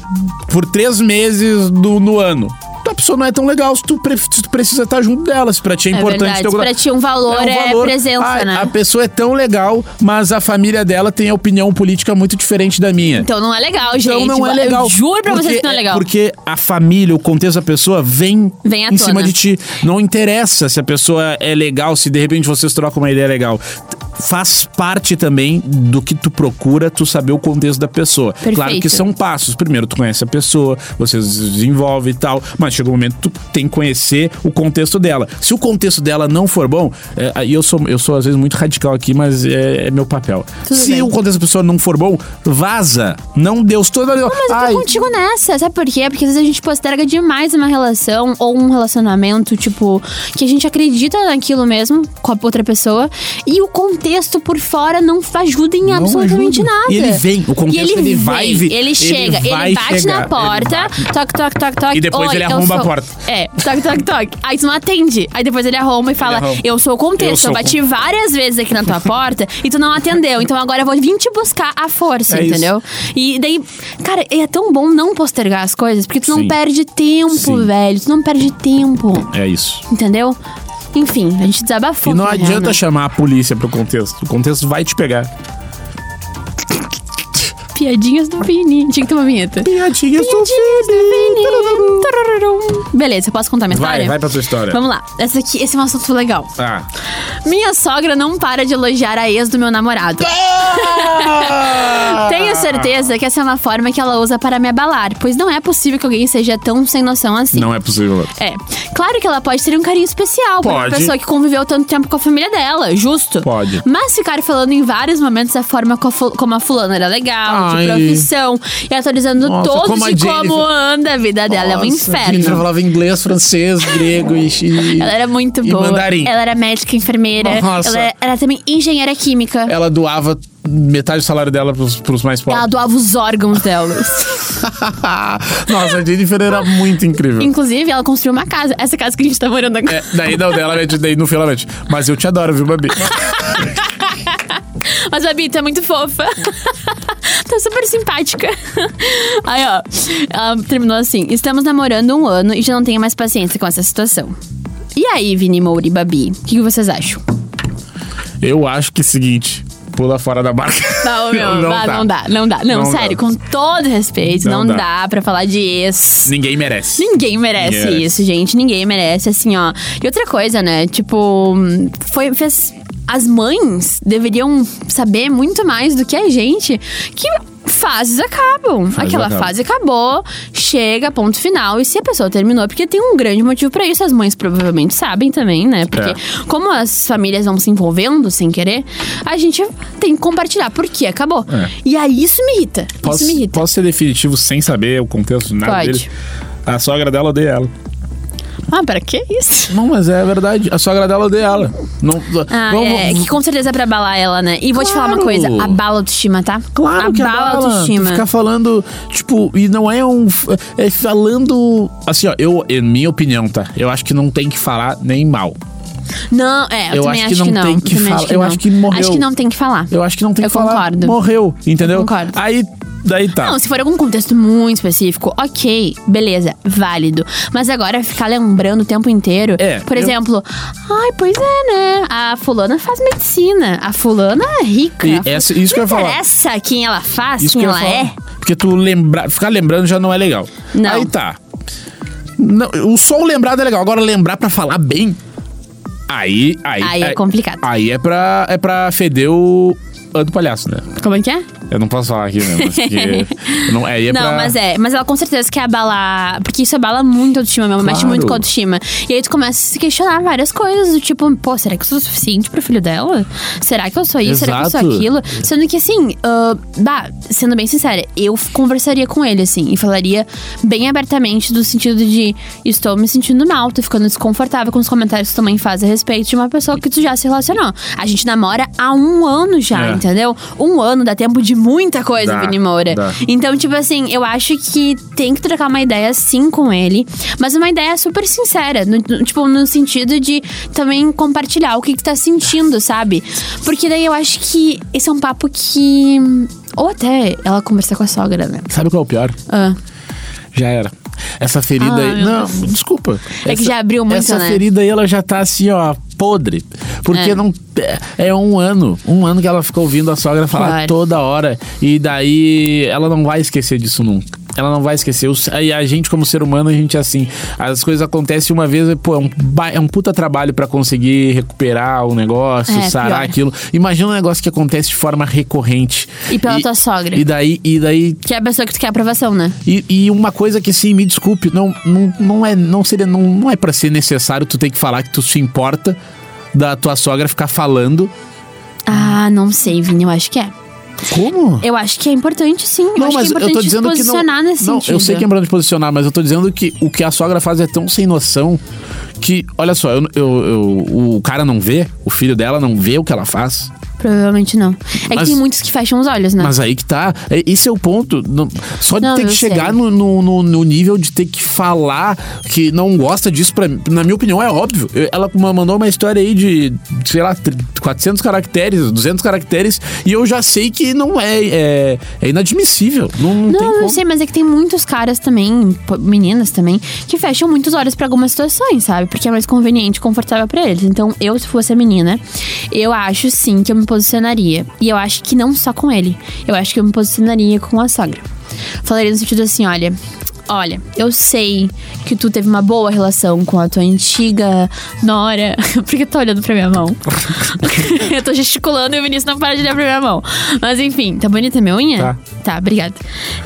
Speaker 2: por três meses do, no ano. Então, A pessoa não é tão legal se tu, pre- se tu precisa estar junto dela, se pra ti é,
Speaker 3: É
Speaker 2: importante.
Speaker 3: verdade,
Speaker 2: teu-
Speaker 3: se pra ti um valor é presença,
Speaker 2: Ah,
Speaker 3: né?
Speaker 2: A pessoa é tão legal, mas a família dela tem a opinião política muito diferente da minha.
Speaker 3: Então não é legal, gente.
Speaker 2: Então não é
Speaker 3: Eu
Speaker 2: legal.
Speaker 3: juro pra
Speaker 2: Porque-
Speaker 3: vocês que não é legal.
Speaker 2: Porque a família, o contexto da pessoa vem,
Speaker 3: Vem à
Speaker 2: em cima
Speaker 3: tona.
Speaker 2: de ti. Não interessa se a pessoa é legal, se de repente vocês trocam uma ideia legal. T- Faz parte também do que tu procura, tu saber o contexto da pessoa. Claro
Speaker 3: Perfeito.
Speaker 2: que são passos. um Primeiro, tu conhece a pessoa, vocês se desenvolve e tal, mas chega um momento que tu tem que conhecer o contexto dela. Se o contexto dela não for bom, é, aí eu sou, eu sou às vezes muito radical aqui, mas é, é meu papel.
Speaker 3: Tudo
Speaker 2: se
Speaker 3: bem.
Speaker 2: o contexto da pessoa não for bom, vaza. Não Deus toda.
Speaker 3: Mas eu tô contigo nessa, sabe por quê? Porque às vezes a gente posterga demais uma relação ou um relacionamento, tipo, que a gente acredita naquilo mesmo com a outra pessoa e o contexto por fora não ajuda em absolutamente
Speaker 2: ajuda.
Speaker 3: nada.
Speaker 2: E ele vem, o contexto,
Speaker 3: E ele,
Speaker 2: ele vai
Speaker 3: vem,
Speaker 2: vi- ele
Speaker 3: Ele chega, ele,
Speaker 2: vai
Speaker 3: bate
Speaker 2: chegar,
Speaker 3: na porta, toque, toque, toque, toque.
Speaker 2: E depois
Speaker 3: Oi,
Speaker 2: ele
Speaker 3: eu
Speaker 2: arromba a
Speaker 3: sou-
Speaker 2: porta.
Speaker 3: É, toque, toque, toque. Aí tu não atende. Aí depois ele arromba e fala:
Speaker 2: arromba.
Speaker 3: Eu sou o
Speaker 2: Eu
Speaker 3: contexto, eu,
Speaker 2: sou o
Speaker 3: bati várias vezes aqui na tua porta e tu não atendeu. Então agora eu vou vir te buscar à força,
Speaker 2: É isso.
Speaker 3: entendeu? E daí, cara, é tão bom não postergar as coisas, porque tu
Speaker 2: Sim.
Speaker 3: não perde tempo,
Speaker 2: Sim.
Speaker 3: velho. Tu não perde tempo,
Speaker 2: É isso.
Speaker 3: entendeu? Enfim, a gente desabafou.
Speaker 2: E não
Speaker 3: na real,
Speaker 2: adianta
Speaker 3: né?
Speaker 2: chamar a polícia pro contexto. O contexto vai te pegar.
Speaker 3: Piadinhas do Vini. Tinha que ter uma vinheta.
Speaker 2: Piadinhas do
Speaker 3: Vini. Tararum. Beleza, eu posso contar minha
Speaker 2: Vai,
Speaker 3: história?
Speaker 2: vai pra tua história.
Speaker 3: Vamos lá. Essa aqui, esse é um assunto legal.
Speaker 2: Tá.
Speaker 3: Minha sogra não para de elogiar a ex do meu namorado.
Speaker 2: Ah!
Speaker 3: Tenho certeza que essa é uma forma que ela usa para me abalar, pois não é possível que alguém seja tão sem noção assim.
Speaker 2: Não é possível.
Speaker 3: É. Claro que ela pode ter um carinho especial por uma
Speaker 2: Pode.
Speaker 3: pessoa que conviveu tanto tempo com a família dela, justo?
Speaker 2: Pode.
Speaker 3: Mas ficar falando em vários momentos a forma co- como a fulana era legal,
Speaker 2: Ai.
Speaker 3: de profissão, e atualizando
Speaker 2: Nossa,
Speaker 3: todos
Speaker 2: como a
Speaker 3: de como
Speaker 2: Jennifer-
Speaker 3: anda a vida dela. é um
Speaker 2: Ela
Speaker 3: inferno.
Speaker 2: falava inglês, francês, grego e. e-
Speaker 3: Ela era muito
Speaker 2: e
Speaker 3: boa.
Speaker 2: mandarim.
Speaker 3: Ela era médica, enfermeira.
Speaker 2: Nossa.
Speaker 3: Ela era, era também engenheira química.
Speaker 2: Ela doava metade do salário dela pros, pros mais
Speaker 3: Ela
Speaker 2: pobres.
Speaker 3: doava os órgãos dela.
Speaker 2: Nossa, a Jennifer era muito incrível.
Speaker 3: Inclusive, ela construiu uma casa. Essa casa que a gente tá morando agora.
Speaker 2: É, daí não, dela, daí no fim ela mete. Mas eu te adoro, viu, Babi?
Speaker 3: Mas, Babi, tu é muito fofa. tá super simpática. Aí, ó. Ela terminou assim. Estamos namorando um ano e já não tenho mais paciência com essa situação. E aí, Vini, Moura e Babi? O que, que vocês acham?
Speaker 2: Eu acho que é o seguinte, pula fora da barca.
Speaker 3: Não, meu, não, dá, não dá, não dá. Não,
Speaker 2: Não dá.
Speaker 3: sério, com todo respeito,
Speaker 2: Não
Speaker 3: não,
Speaker 2: dá.
Speaker 3: dá. pra falar de ex.
Speaker 2: Ninguém merece.
Speaker 3: Ninguém merece
Speaker 2: Ninguém merece.
Speaker 3: isso, gente. Ninguém merece, assim, ó. E outra coisa, né? Tipo, foi. Fez, as mães deveriam saber muito mais do que a gente que fases acabam. Aquela
Speaker 2: acabam.
Speaker 3: fase acabou, chega, ponto final. E se a pessoa terminou, é porque tem um grande motivo pra isso. As mães provavelmente sabem também, né? Porque
Speaker 2: É.
Speaker 3: como as famílias vão se envolvendo sem querer, a gente tem que compartilhar porque acabou.
Speaker 2: É.
Speaker 3: E aí isso me irrita.
Speaker 2: Posso,
Speaker 3: isso me irrita.
Speaker 2: posso ser definitivo sem saber o contexto nada
Speaker 3: Pode.
Speaker 2: dele? A sogra dela odeia ela.
Speaker 3: Ah, pra que isso?
Speaker 2: Não, mas é verdade. A sogra dela odeia ela. Não,
Speaker 3: Ah,
Speaker 2: vamos-
Speaker 3: é, que com certeza é pra abalar ela, né? E vou te falar uma
Speaker 2: Claro.
Speaker 3: coisa, abala a autoestima, tá?
Speaker 2: Claro
Speaker 3: abala
Speaker 2: que
Speaker 3: a
Speaker 2: abala. Tu
Speaker 3: autoestima.
Speaker 2: ficar falando, tipo, e não é um. É falando. Assim, ó, eu, em minha opinião, tá? Eu acho que não tem que falar nem mal.
Speaker 3: Não, é, eu,
Speaker 2: Eu
Speaker 3: também
Speaker 2: acho que não
Speaker 3: não.
Speaker 2: tem que
Speaker 3: também
Speaker 2: falar. Eu acho que morreu.
Speaker 3: Acho que não tem que falar.
Speaker 2: Eu acho que não tem
Speaker 3: Eu
Speaker 2: que falar.
Speaker 3: concordo.
Speaker 2: Morreu, entendeu?
Speaker 3: Eu concordo.
Speaker 2: Aí, daí tá.
Speaker 3: Não, se for algum contexto muito específico, ok, beleza, válido. Mas agora ficar lembrando o tempo inteiro.
Speaker 2: É,
Speaker 3: por
Speaker 2: eu-
Speaker 3: exemplo, ai, pois é, né? A fulana faz medicina, a fulana é rica.
Speaker 2: E
Speaker 3: a fu-
Speaker 2: essa- isso que eu ia
Speaker 3: Não
Speaker 2: falar.
Speaker 3: interessa quem ela faz,
Speaker 2: Isso
Speaker 3: quem
Speaker 2: que eu ia
Speaker 3: ela
Speaker 2: falar.
Speaker 3: é.
Speaker 2: Porque tu lembrar, ficar lembrando já não é legal.
Speaker 3: Não.
Speaker 2: Aí tá. Não, o som lembrado é legal. Agora lembrar pra falar bem. Aí, aí,
Speaker 3: Aí é complicado.
Speaker 2: Aí é pra, é pra feder o ano do palhaço, né?
Speaker 3: Como é que é?
Speaker 2: Eu não posso falar aqui, né? mas Porque não, aí é
Speaker 3: não,
Speaker 2: pra...
Speaker 3: mas é. Mas ela com certeza quer abalar. Porque isso abala muito a autoestima mesmo, mexe
Speaker 2: Claro.
Speaker 3: muito com a autoestima. E aí tu começa a se questionar várias coisas, do tipo, pô, será que eu sou o suficiente pro filho dela? Será que eu sou isso? Será que eu sou
Speaker 2: Exato.
Speaker 3: aquilo? Sendo que assim, ah, bah, sendo bem sincera, eu conversaria com ele, assim, e falaria bem abertamente do sentido de estou me sentindo mal, tô ficando desconfortável com os comentários que tu também faz a respeito de uma pessoa que tu já se relacionou. A gente namora há um ano já,
Speaker 2: É.
Speaker 3: entendeu? Um ano dá tempo de muita coisa,
Speaker 2: Dá,
Speaker 3: Vini Moura.
Speaker 2: dá.
Speaker 3: Então, tipo assim, eu acho que tem que trocar uma ideia sim com ele, mas uma ideia super sincera, no- no- tipo, no sentido de também compartilhar o que, que tá sentindo, sabe? Porque daí eu acho que esse é um papo que. Ou até ela conversar com a sogra, né?
Speaker 2: Sabe qual é o pior?
Speaker 3: Ah,
Speaker 2: Já era. Essa ferida
Speaker 3: Ah,
Speaker 2: aí...
Speaker 3: meu
Speaker 2: Não,
Speaker 3: Deus.
Speaker 2: desculpa.
Speaker 3: É que já abriu muito,
Speaker 2: Essa
Speaker 3: né?
Speaker 2: ferida aí, ela já tá assim, ó, podre. Porque
Speaker 3: É.
Speaker 2: não... É um ano. Um ano que ela ficou ouvindo a sogra falar
Speaker 3: Claro.
Speaker 2: toda hora. E daí, ela não vai esquecer disso nunca. Ela não vai esquecer. Os- E a gente, como ser humano, a gente é assim. As coisas acontecem uma vez, pô, é um, ba- é um puta trabalho pra conseguir recuperar o negócio,
Speaker 3: É,
Speaker 2: sarar
Speaker 3: pior.
Speaker 2: aquilo. Imagina um negócio que acontece de forma recorrente.
Speaker 3: E pela tua sogra.
Speaker 2: E daí, e daí
Speaker 3: que é a pessoa que tu quer aprovação, né?
Speaker 2: e, e uma coisa que sim, me desculpe, não, não, não é não seria não, não é para ser necessário tu ter que falar que tu se importa da tua sogra ficar falando.
Speaker 3: Ah, não sei, Vini, eu acho que é.
Speaker 2: Como?
Speaker 3: Eu acho que é importante, sim. eu acho que é importante se posicionar nesse
Speaker 2: não,
Speaker 3: sentido.
Speaker 2: eu sei que é importante posicionar, mas eu tô dizendo que o que a sogra faz é tão sem noção que, olha só, eu, eu- eu- o cara não vê, o filho dela não vê o que ela faz.
Speaker 3: Provavelmente não. É que
Speaker 2: Mas-
Speaker 3: tem muitos que fecham os olhos, né?
Speaker 2: Mas aí que tá. é- Esse é o ponto. não- só de
Speaker 3: Não,
Speaker 2: ter que
Speaker 3: eu
Speaker 2: chegar
Speaker 3: sei.
Speaker 2: no, no, no- no nível de ter que falar que não gosta disso, pra, mim, na minha opinião, é óbvio. Eu- Ela ma- mandou uma história aí de, sei lá, tr- 400 caracteres, 200 caracteres, e eu já sei que não é. É, é inadmissível. Não, não, tem
Speaker 3: Não,
Speaker 2: como.
Speaker 3: eu sei, mas é que tem muitos caras também, pô, meninas também, que fecham muitos olhos pra algumas situações, sabe? Porque é mais conveniente, confortável pra eles. Então, eu, se fosse a menina, eu acho sim que eu me posicionaria. E eu acho que não só com ele. Eu acho que eu me posicionaria com a sogra. Falaria no sentido assim: olha. Olha, eu sei que tu teve uma boa relação com a tua antiga nora. Por que tu tá olhando pra minha mão? eu tô gesticulando e o Vinícius não para de olhar pra minha mão. Mas enfim, tá bonita minha unha?
Speaker 2: Tá.
Speaker 3: Tá, obrigada.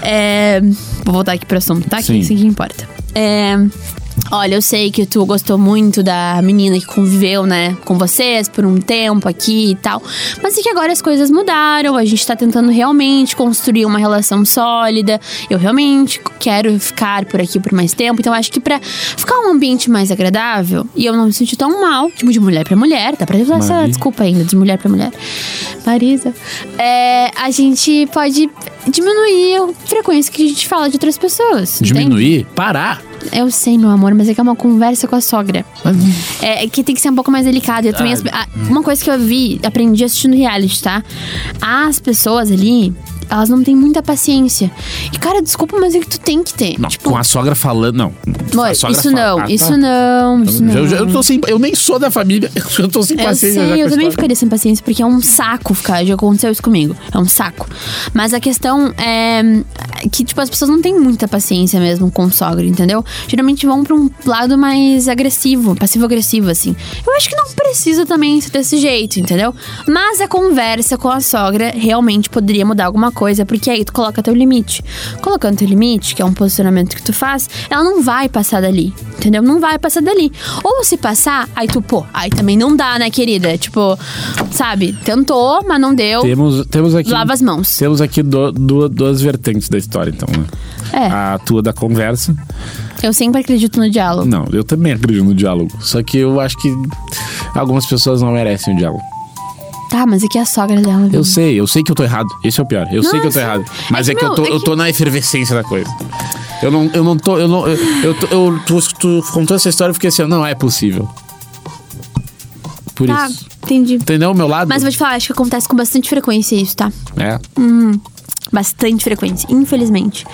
Speaker 3: É, vou voltar aqui pro assunto, tá? Que
Speaker 2: Sim.
Speaker 3: isso que importa. É, olha, eu sei que tu gostou muito da menina que conviveu, né, com vocês por um tempo aqui e tal. Mas é que agora as coisas mudaram, a gente tá tentando realmente construir uma relação sólida. Eu realmente quero ficar por aqui por mais tempo. Então acho que pra ficar um ambiente mais agradável e eu não me sentir tão mal, tipo, de mulher pra mulher, tá pra usar essa
Speaker 2: Maravilha.
Speaker 3: desculpa ainda, de mulher pra mulher. Marisa. É, a gente pode diminuir a frequência que a gente fala de outras pessoas. entende?
Speaker 2: Diminuir? Parar.
Speaker 3: Eu sei, meu amor, mas é que é uma conversa com a sogra.
Speaker 2: Mas-
Speaker 3: É, é que tem que ser um pouco mais delicado. Eu também,
Speaker 2: Ah,
Speaker 3: as- a-
Speaker 2: uhum.
Speaker 3: uma coisa que eu vi, aprendi assistindo reality, tá? As pessoas ali, elas não têm muita paciência. E, cara, desculpa, mas é que tu tem que ter.
Speaker 2: Não,
Speaker 3: tipo,
Speaker 2: com a sogra falando. Não.
Speaker 3: amor,
Speaker 2: a sogra
Speaker 3: isso
Speaker 2: fala- Ah, tá.
Speaker 3: não,
Speaker 2: Então, é
Speaker 3: isso não, isso não.
Speaker 2: Eu, eu, tô sem, eu nem sou da família, eu tô sem
Speaker 3: Eu
Speaker 2: paciência. já
Speaker 3: sei,
Speaker 2: com
Speaker 3: eu
Speaker 2: a
Speaker 3: também
Speaker 2: sogra.
Speaker 3: ficaria sem paciência, porque é um saco ficar. Já aconteceu isso comigo. É um saco. Mas a questão é que, tipo, as pessoas não têm muita paciência mesmo com o sogro, entendeu? Geralmente vão pra um lado mais agressivo, passivo-agressivo, assim. Eu acho que não precisa também ser desse jeito, entendeu? Mas a conversa com a sogra realmente poderia mudar alguma coisa coisa, porque aí tu coloca teu limite. Colocando teu limite, que é um posicionamento que tu faz, ela não vai passar dali, entendeu? Não vai passar dali. Ou se passar, aí tu, pô, aí também não dá, né, querida? Tipo, sabe, tentou, mas não deu.
Speaker 2: Temos, temos aqui.
Speaker 3: Lava as mãos.
Speaker 2: Temos aqui do- du- duas vertentes da história, então, né?
Speaker 3: É.
Speaker 2: A tua da conversa.
Speaker 3: Eu sempre acredito no diálogo.
Speaker 2: Não, eu também acredito no diálogo. Só que eu acho que algumas pessoas não merecem o diálogo.
Speaker 3: Tá, mas e que a sogra dela? viu?
Speaker 2: Eu sei, eu sei que eu tô errado. Esse é o pior. Eu sei que eu tô
Speaker 3: Uhum. Nossa.
Speaker 2: errado.
Speaker 3: É
Speaker 2: Mas
Speaker 3: que,
Speaker 2: é que, eu,
Speaker 3: meu,
Speaker 2: tô,
Speaker 3: é
Speaker 2: eu
Speaker 3: que-
Speaker 2: tô na efervescência da coisa. Eu não, eu não tô. Eu não. Eu, eu tô- eu- tu, tu contou essa história e eu fiquei assim, ó, não é possível. Por
Speaker 3: Tá,
Speaker 2: isso.
Speaker 3: entendi.
Speaker 2: Entendeu o meu lado?
Speaker 3: Mas eu vou te falar, acho que acontece com bastante frequência isso, tá?
Speaker 2: É.
Speaker 3: Bastante frequência, infelizmente.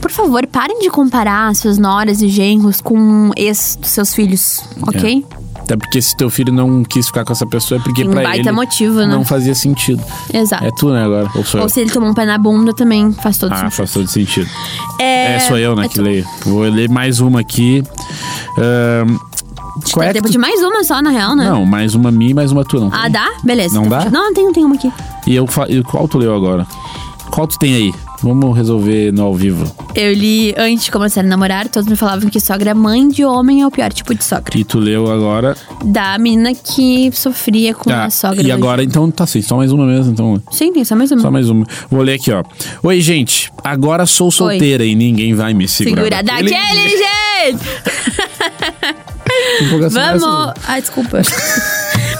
Speaker 3: Por favor, parem de comparar seus noras e genros com um ex dos seus filhos,
Speaker 2: É.
Speaker 3: ok?
Speaker 2: Até porque se teu filho não quis ficar com essa pessoa, é porque
Speaker 3: Tem um
Speaker 2: pra
Speaker 3: baita
Speaker 2: ele
Speaker 3: motivo, né?
Speaker 2: não fazia sentido.
Speaker 3: Exato.
Speaker 2: É tu, né, agora? Ou sou
Speaker 3: Ou
Speaker 2: eu?
Speaker 3: se ele tomou um pé na bunda também, faz todo
Speaker 2: Ah,
Speaker 3: sentido.
Speaker 2: faz todo sentido. É, sou eu, né, que leio. Vou ler mais uma aqui. Ahn, qual
Speaker 3: Dá
Speaker 2: é que
Speaker 3: tempo
Speaker 2: tu-
Speaker 3: de mais uma só, na real, né?
Speaker 2: Não, mais uma minha e mais uma tua, não.
Speaker 3: Ah, dá? Beleza.
Speaker 2: Não
Speaker 3: então
Speaker 2: dá?
Speaker 3: fechou. Não, tem, tem uma aqui.
Speaker 2: E eu fa- e qual tu leu agora? Qual tu tem aí? Vamos resolver no ao vivo.
Speaker 3: Eu li antes de começar a namorar, todos me falavam que sogra mãe de homem é o pior tipo de sogra.
Speaker 2: E tu leu agora.
Speaker 3: Da menina que sofria com
Speaker 2: Ah,
Speaker 3: é a sogra.
Speaker 2: e
Speaker 3: do-
Speaker 2: agora, então, tá assim, só mais uma mesmo, então.
Speaker 3: Sim, tem só mais uma.
Speaker 2: Só mais uma. Vou ler aqui, ó. Oi, gente. Agora sou solteira e ninguém vai me segurar.
Speaker 3: Segura daquele, gente!
Speaker 2: Empolgação
Speaker 3: Vamos!
Speaker 2: dessa.
Speaker 3: Ai, desculpa.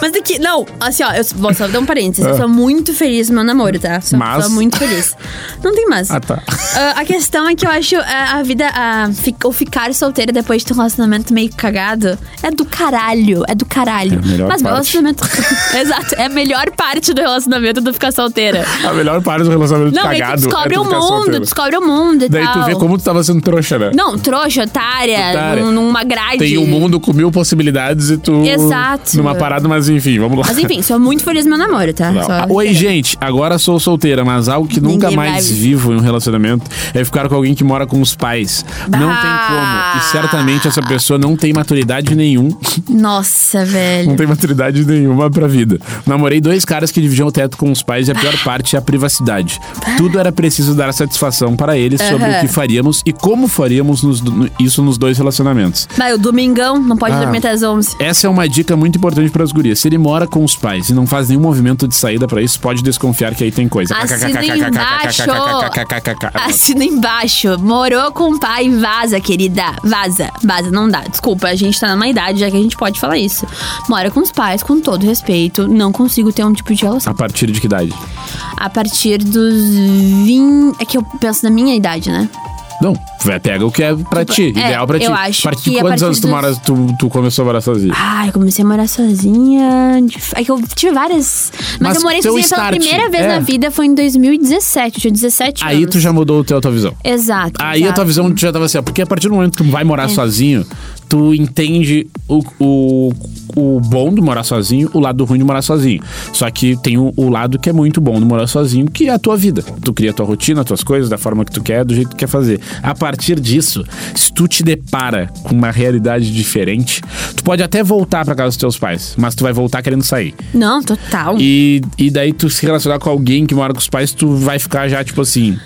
Speaker 3: Mas daqui. Não, assim, ó, eu vou só dar um parênteses. Eu sou muito feliz no meu namoro, tá? Sou uma
Speaker 2: Ah. Mas-
Speaker 3: pessoa muito feliz. Não tem mais.
Speaker 2: Ah, tá.
Speaker 3: a questão é que eu acho ah, a, vida. ah, fi- ou ficar solteira depois de ter um relacionamento meio cagado é do caralho. É do caralho.
Speaker 2: É a melhor
Speaker 3: Mas meu
Speaker 2: parte.
Speaker 3: relacionamento. Exato. É a melhor parte do relacionamento do ficar solteira.
Speaker 2: A melhor parte do relacionamento
Speaker 3: Não, é
Speaker 2: cagado
Speaker 3: que
Speaker 2: é
Speaker 3: descobre
Speaker 2: tu
Speaker 3: o
Speaker 2: ficar
Speaker 3: mundo,
Speaker 2: solteiro.
Speaker 3: descobre o mundo e
Speaker 2: Daí
Speaker 3: tal.
Speaker 2: tu vê como tu tava sendo trouxa, né?
Speaker 3: Não, trouxa, otária,
Speaker 2: Otária.
Speaker 3: num- numa grade.
Speaker 2: Tem um mundo com mil possibilidades e tu.
Speaker 3: Exato.
Speaker 2: Numa parada, mas enfim, vamos lá.
Speaker 3: Mas enfim, sou muito feliz no meu namoro, tá?
Speaker 2: Não.
Speaker 3: Só-
Speaker 2: Ah, Oi, gente. Agora sou solteira, mas algo que nunca
Speaker 3: Ninguém
Speaker 2: mais
Speaker 3: vai-
Speaker 2: vivo em um relacionamento é ficar com alguém que mora com os pais. Não
Speaker 3: Bah!
Speaker 2: tem como. E certamente essa pessoa não tem maturidade nenhum.
Speaker 3: Nossa,
Speaker 2: Não
Speaker 3: velho.
Speaker 2: tem maturidade nenhuma pra vida. Namorei dois caras que dividiam o teto com os pais e a pior parte é a privacidade. Tudo era preciso dar satisfação para eles sobre
Speaker 3: Aham.
Speaker 2: o que faríamos e como faríamos nos- no- isso nos dois relacionamentos.
Speaker 3: Vai, o domingão não pode
Speaker 2: Ah.
Speaker 3: dormir até as 11.
Speaker 2: Essa é uma dica muito importante para as gurias. Se ele mora com os pais e não faz nenhum movimento de saída para isso, pode desconfiar que aí tem coisa.
Speaker 3: Assina embaixo.
Speaker 2: Ah.
Speaker 3: Assina embaixo. Morou com o pai, vaza, querida. Vaza, vaza, não dá. Desculpa, a gente tá numa idade já que a gente pode falar isso. Mora com os pais, com todo respeito. Não consigo ter um tipo de relação.
Speaker 2: A partir de que idade?
Speaker 3: A partir dos 20. É que eu penso na minha idade, né?
Speaker 2: Não, vai, pega o que é pra ti,
Speaker 3: é,
Speaker 2: ideal pra ti.
Speaker 3: eu acho
Speaker 2: a partir
Speaker 3: que
Speaker 2: de
Speaker 3: a
Speaker 2: quantos
Speaker 3: partir
Speaker 2: anos tu,
Speaker 3: dos-
Speaker 2: mora, tu, tu começou a morar sozinha?
Speaker 3: Ai, comecei a morar sozinha. dif- É que eu tive várias. Mas,
Speaker 2: Mas
Speaker 3: eu morei
Speaker 2: teu
Speaker 3: sozinha pela
Speaker 2: start,
Speaker 3: primeira vez
Speaker 2: é.
Speaker 3: na vida foi em 2017. Eu tinha 17
Speaker 2: Aí
Speaker 3: anos.
Speaker 2: tu já mudou a tua visão.
Speaker 3: Exato.
Speaker 2: Aí a
Speaker 3: exato.
Speaker 2: tua visão já tava assim, ó, porque a partir do momento que tu vai morar sozinho, tu entende o, o, o bom do morar sozinho, o lado ruim de morar sozinho. Só que tem o, o lado que é muito bom do morar sozinho, que é a tua vida. Tu cria a tua rotina, as tuas coisas, da forma que tu quer, do jeito que tu quer fazer. A partir disso, se tu te depara com uma realidade diferente, tu pode até voltar pra casa dos teus pais, mas tu vai voltar querendo sair.
Speaker 3: Não, total.
Speaker 2: E, e daí tu se relacionar com alguém que mora com os pais, tu vai ficar já tipo assim,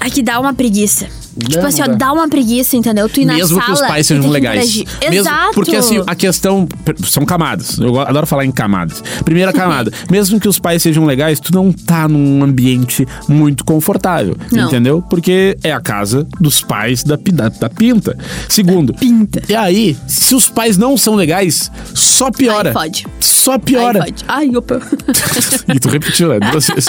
Speaker 3: Aqui dá uma preguiça. tipo
Speaker 2: não
Speaker 3: assim, ó,
Speaker 2: dá.
Speaker 3: dá uma preguiça, entendeu? Tu ir na
Speaker 2: Mesmo
Speaker 3: sala.
Speaker 2: que os pais
Speaker 3: e ter
Speaker 2: sejam
Speaker 3: que
Speaker 2: legais.
Speaker 3: interagir.
Speaker 2: Mesmo,
Speaker 3: Exato.
Speaker 2: Porque assim, a questão. per- São camadas. Eu go- adoro falar em camadas. Primeira camada. mesmo que os pais sejam legais, tu não tá num ambiente muito confortável.
Speaker 3: Não.
Speaker 2: Entendeu? Porque é a casa dos pais da, pi- da, da pinta. Segundo.
Speaker 3: pinta.
Speaker 2: E aí, se os pais não são legais, só piora.
Speaker 3: Aí fode.
Speaker 2: Só
Speaker 3: Ai,
Speaker 2: piora.
Speaker 3: pode. Ai, opa.
Speaker 2: e tu repetiu, né? Duas vezes.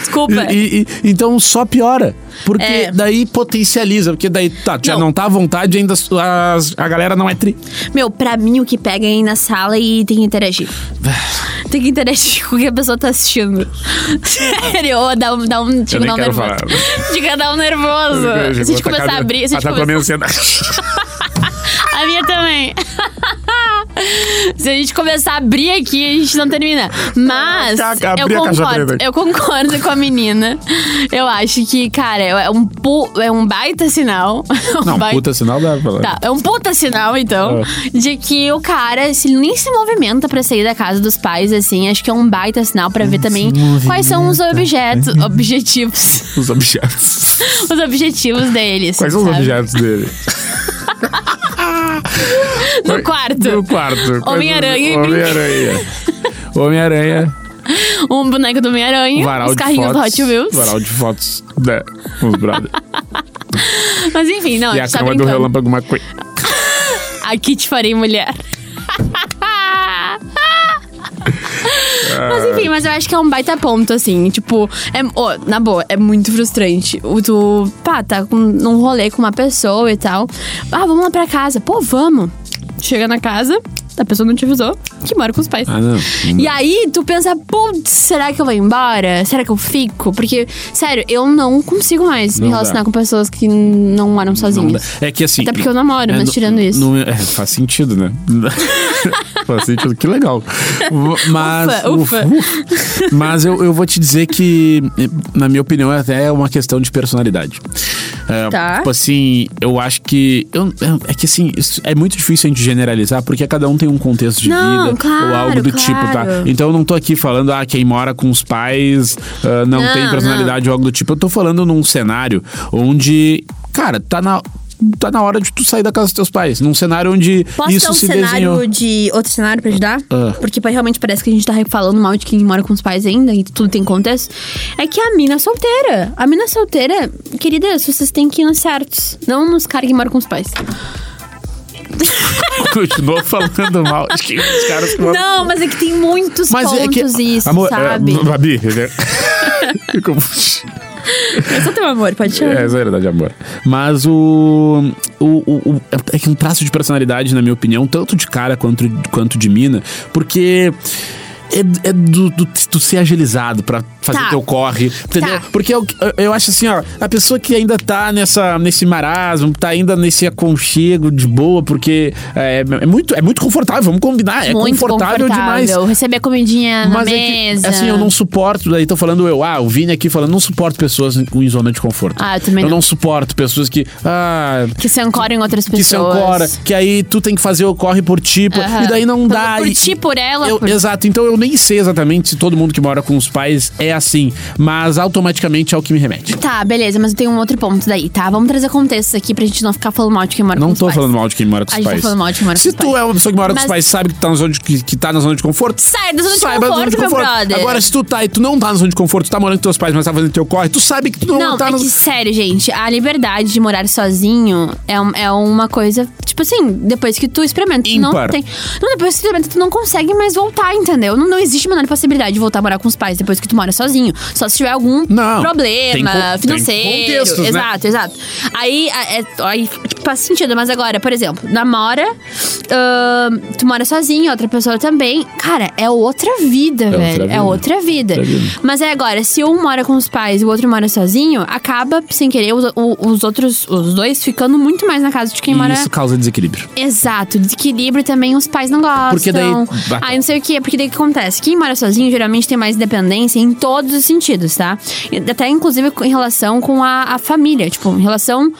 Speaker 3: Desculpa.
Speaker 2: E- e- e- então só piora. Porque
Speaker 3: É.
Speaker 2: daí potencializa. Porque daí tá, já
Speaker 3: Não.
Speaker 2: não tá à vontade, ainda as- as- a galera não é tri.
Speaker 3: Meu, pra mim o que pega é ir na sala e tem que interagir. Tem que interagir com o que a pessoa tá assistindo. Sério, ô, dá um, dá um, chega
Speaker 2: nem quero
Speaker 3: a dar um nervoso.
Speaker 2: falar.
Speaker 3: Chega a dar um nervoso. Se a gente
Speaker 4: Ah,
Speaker 3: começar a abrir, se a gente
Speaker 2: Tá com a minha
Speaker 3: começar...
Speaker 2: ansiedade.
Speaker 3: A minha também. Se a gente começar a abrir aqui, a gente não termina. Mas
Speaker 4: Caraca,
Speaker 3: eu
Speaker 4: Tá, abri a caixa
Speaker 3: concordo,
Speaker 4: preta.
Speaker 3: eu concordo com a menina. Eu acho que, cara, é um, pu- é um baita sinal. Um
Speaker 2: Não,
Speaker 3: baita-
Speaker 2: puta sinal dá pra falar.
Speaker 3: Tá, é um puta sinal,
Speaker 4: É.
Speaker 3: então, de que o cara se, nem se movimenta pra sair da casa dos pais, assim. Acho que é um baita sinal pra ver também quais são os objetos, objetivos,
Speaker 4: Os objetos.
Speaker 3: os objetivos deles.
Speaker 4: Quais são os
Speaker 3: sabe?
Speaker 4: objetos dele?
Speaker 3: No quarto.
Speaker 4: No quarto.
Speaker 3: Homem-Aranha e
Speaker 4: Homem-Aranha.
Speaker 2: Homem-Aranha,
Speaker 3: Um boneco do Homem-Aranha,
Speaker 4: Varal
Speaker 3: os
Speaker 4: de
Speaker 3: carrinhos do
Speaker 4: fotos.
Speaker 3: Hot Wheels.
Speaker 4: Varal de fotos. Né? Os brother.
Speaker 3: Mas enfim, não,
Speaker 4: E
Speaker 3: a
Speaker 4: a
Speaker 3: gente tá
Speaker 4: cama do
Speaker 3: brincando.
Speaker 4: Relâmpago McQueen.
Speaker 3: Aqui te farei mulher. Mas enfim, mas eu acho que é um baita ponto, assim. Tipo, é, ô, na boa, é muito frustrante. O tu, pá, tá com, num rolê com uma pessoa e tal. Ah, vamos lá pra casa. Pô, vamos. Chega na casa, a pessoa não te avisou que mora com os pais.
Speaker 2: Ah, não.
Speaker 3: E aí tu pensa, putz, será que eu vou embora? Será que eu fico? Porque, sério, eu não consigo mais me
Speaker 2: Não dá.
Speaker 3: relacionar com pessoas que não moram
Speaker 2: Não dá.
Speaker 3: sozinhas.
Speaker 2: É que assim.
Speaker 3: Até porque eu namoro, mas
Speaker 2: no-
Speaker 3: tirando isso.
Speaker 2: no- é, faz sentido, né?
Speaker 4: Faz sentido, que legal.
Speaker 2: Mas,
Speaker 3: Ufa, ufa.
Speaker 2: mas eu, eu vou te dizer que, na minha opinião, é até uma questão de personalidade. É,
Speaker 3: Tá.
Speaker 2: Tipo assim, eu acho que. eu- é que assim, isso é muito difícil a gente generalizar, porque cada um tem um contexto de
Speaker 3: Não,
Speaker 2: vida
Speaker 3: claro,
Speaker 2: ou algo do tipo, tá?
Speaker 3: claro.
Speaker 2: Então eu não tô aqui falando, ah, quem mora com os pais ah, não,
Speaker 3: Não,
Speaker 2: tem personalidade ou algo do tipo. Eu tô falando num cenário onde, cara, tá na. Tá na hora de tu sair da casa dos teus pais. Num cenário onde
Speaker 3: Posso
Speaker 2: isso
Speaker 3: dar um
Speaker 2: se
Speaker 3: cenário
Speaker 2: desenhou.
Speaker 3: de. outro cenário pra ajudar?
Speaker 2: Ah.
Speaker 3: Porque pa- realmente parece que a gente tá falando mal de quem mora com os pais ainda e tudo tem contexto. É que a mina é solteira. A mina é solteira, querida, vocês têm que ir nos certos. Não nos caras que moram com os pais.
Speaker 2: Continuou falando mal. Acho que os caras que
Speaker 3: Não, mas é que tem muitos
Speaker 2: Mas é que-
Speaker 3: pontos isso,
Speaker 2: Amor, é,
Speaker 3: sabe?
Speaker 4: É, Babi, né? Ficou-
Speaker 3: É só teu amor, pode
Speaker 4: é,
Speaker 3: chamar.
Speaker 4: essa é a verdade, amor.
Speaker 2: Mas o, o, o- o- É que um traço de personalidade, na minha opinião, tanto de cara quanto, quanto de mina, porque. É, é do, do- tu ser agilizado pra fazer
Speaker 3: Tá.
Speaker 2: teu corre, entendeu?
Speaker 3: Tá.
Speaker 2: Porque eu, eu acho assim, ó, a pessoa que ainda tá nessa, nesse marasmo, tá ainda nesse aconchego de boa, porque é, é muito, é muito confortável, vamos combinar, é
Speaker 3: Muito
Speaker 2: confortável, demais.
Speaker 3: Receber a comidinha na
Speaker 2: Mas é que,
Speaker 3: mesa.
Speaker 2: assim, eu não suporto, daí tô falando eu, ah, o Vini aqui falando, não suporto pessoas com em zona de conforto.
Speaker 3: Ah, eu também
Speaker 2: Eu
Speaker 3: não.
Speaker 2: não suporto pessoas que, ah,
Speaker 3: Que se ancora em outras pessoas.
Speaker 2: que se ancora, que aí tu tem que fazer o corre por ti, por-
Speaker 3: Aham.
Speaker 2: e daí não
Speaker 3: Por-
Speaker 2: dá.
Speaker 3: por
Speaker 2: e-
Speaker 3: ti, por ela,
Speaker 2: eu-
Speaker 3: por-
Speaker 2: Exato, então eu nem sei exatamente se todo mundo que mora com os pais é assim, mas automaticamente é o que me remete.
Speaker 3: Tá, beleza, mas eu tenho um outro ponto daí, tá? Vamos trazer contextos aqui pra gente não ficar falando mal de quem mora
Speaker 2: Não
Speaker 3: com os
Speaker 2: tô
Speaker 3: pais.
Speaker 2: falando mal de quem mora com os
Speaker 3: A gente tá
Speaker 2: pais.
Speaker 3: falando mal de quem mora
Speaker 2: Se
Speaker 3: com os
Speaker 2: tu
Speaker 3: pais.
Speaker 2: é uma pessoa que mora com
Speaker 3: Mas-
Speaker 2: os pais sabe que tá na zona de, que, que tá na zona de conforto,
Speaker 3: Sai da zona de
Speaker 2: Saiba
Speaker 3: conforto, meu brother.
Speaker 2: Agora, se tu tá e tu não tá na zona de conforto, tu tá morando com teus pais, mas tá fazendo teu corre, tu sabe que tu não,
Speaker 3: Não,
Speaker 2: tá
Speaker 3: é
Speaker 2: no.
Speaker 3: que, sério, gente, a liberdade de morar sozinho é, um- é uma coisa, tipo assim, depois que tu experimenta, tu não
Speaker 2: Ímpar.
Speaker 3: tem. Não, depois que tu experimenta, tu não consegue mais voltar, entendeu? Não, não existe a menor possibilidade de voltar a morar com os pais depois que tu mora sozinho. Só se tiver algum
Speaker 2: Não, tem
Speaker 3: problema
Speaker 2: con- tem
Speaker 3: financeiro.
Speaker 2: contextos, né?
Speaker 3: exato, exato. Aí, a- é, aí, tipo, faz sentido, mas agora, por exemplo, namora, ahn, tu mora sozinho, outra pessoa também. Cara, é outra vida,
Speaker 4: outra
Speaker 3: velho. É
Speaker 4: vida.
Speaker 3: outra vida.
Speaker 4: Outra vida.
Speaker 3: Mas é agora, se um mora com os pais e o outro mora sozinho, acaba, sem querer, os, o- os outros, os dois, ficando muito mais na casa de quem mora.
Speaker 2: E isso causa desequilíbrio.
Speaker 3: Exato, desequilíbrio também os pais não gostam.
Speaker 2: Porque daí-
Speaker 3: Aí não sei o que, porque daí o que acontece? Quem mora sozinho geralmente tem mais dependência em todos os sentidos, tá? E Até inclusive em relação com a, a família, tipo, em relação.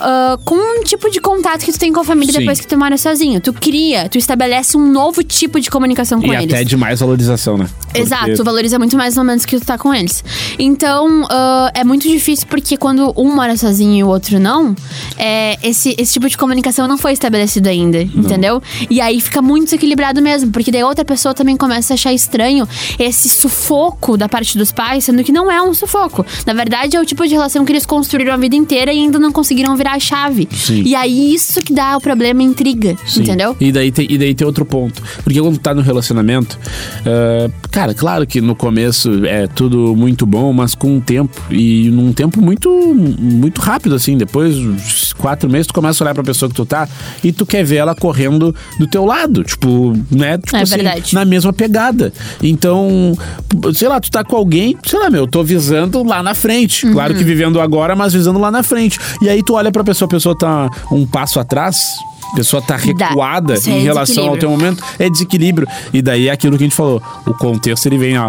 Speaker 3: ah, com um tipo de contato que tu tem com a família
Speaker 2: Sim.
Speaker 3: depois que tu mora sozinho. Tu cria, tu estabelece um novo tipo de comunicação com
Speaker 2: e
Speaker 3: eles.
Speaker 2: até de mais valorização, né? Porque-
Speaker 3: Exato, tu valoriza muito mais os momentos que tu tá com eles. Então, ah, é muito difícil porque quando um mora sozinho e o outro não, é, esse, esse tipo de comunicação não foi estabelecido ainda, entendeu? E aí fica muito desequilibrado mesmo, porque daí outra pessoa também começa a achar estranho esse sufoco da parte dos pais, sendo que não é um sufoco. Na verdade, é o tipo de relação que eles construíram a vida inteira e ainda não conseguiram virar a chave.
Speaker 2: Sim.
Speaker 3: E aí isso que dá o problema intriga,
Speaker 2: Sim.
Speaker 3: entendeu?
Speaker 2: E daí, tem, e daí tem outro ponto. Porque quando tu tá no relacionamento, ah, cara, claro que no começo é tudo muito bom, mas com o tempo, e num tempo muito muito rápido, assim, depois uns quatro meses, tu começa a olhar pra pessoa que tu tá e tu quer ver ela correndo do teu lado. Tipo, né? Tipo
Speaker 3: É
Speaker 2: assim,
Speaker 3: verdade.
Speaker 2: na mesma pegada. Então, sei lá, tu tá com
Speaker 3: Uhum.
Speaker 2: alguém, sei lá, meu, eu tô visando lá na frente. Claro que vivendo agora, mas visando lá na frente. E aí tu olha pra pra pessoa, a pessoa tá um passo atrás, a pessoa tá recuada
Speaker 3: Isso é
Speaker 2: em relação ao
Speaker 3: desequilíbrio.
Speaker 2: teu momento, é desequilíbrio. E daí é aquilo que a gente falou, o contexto ele vem, ó.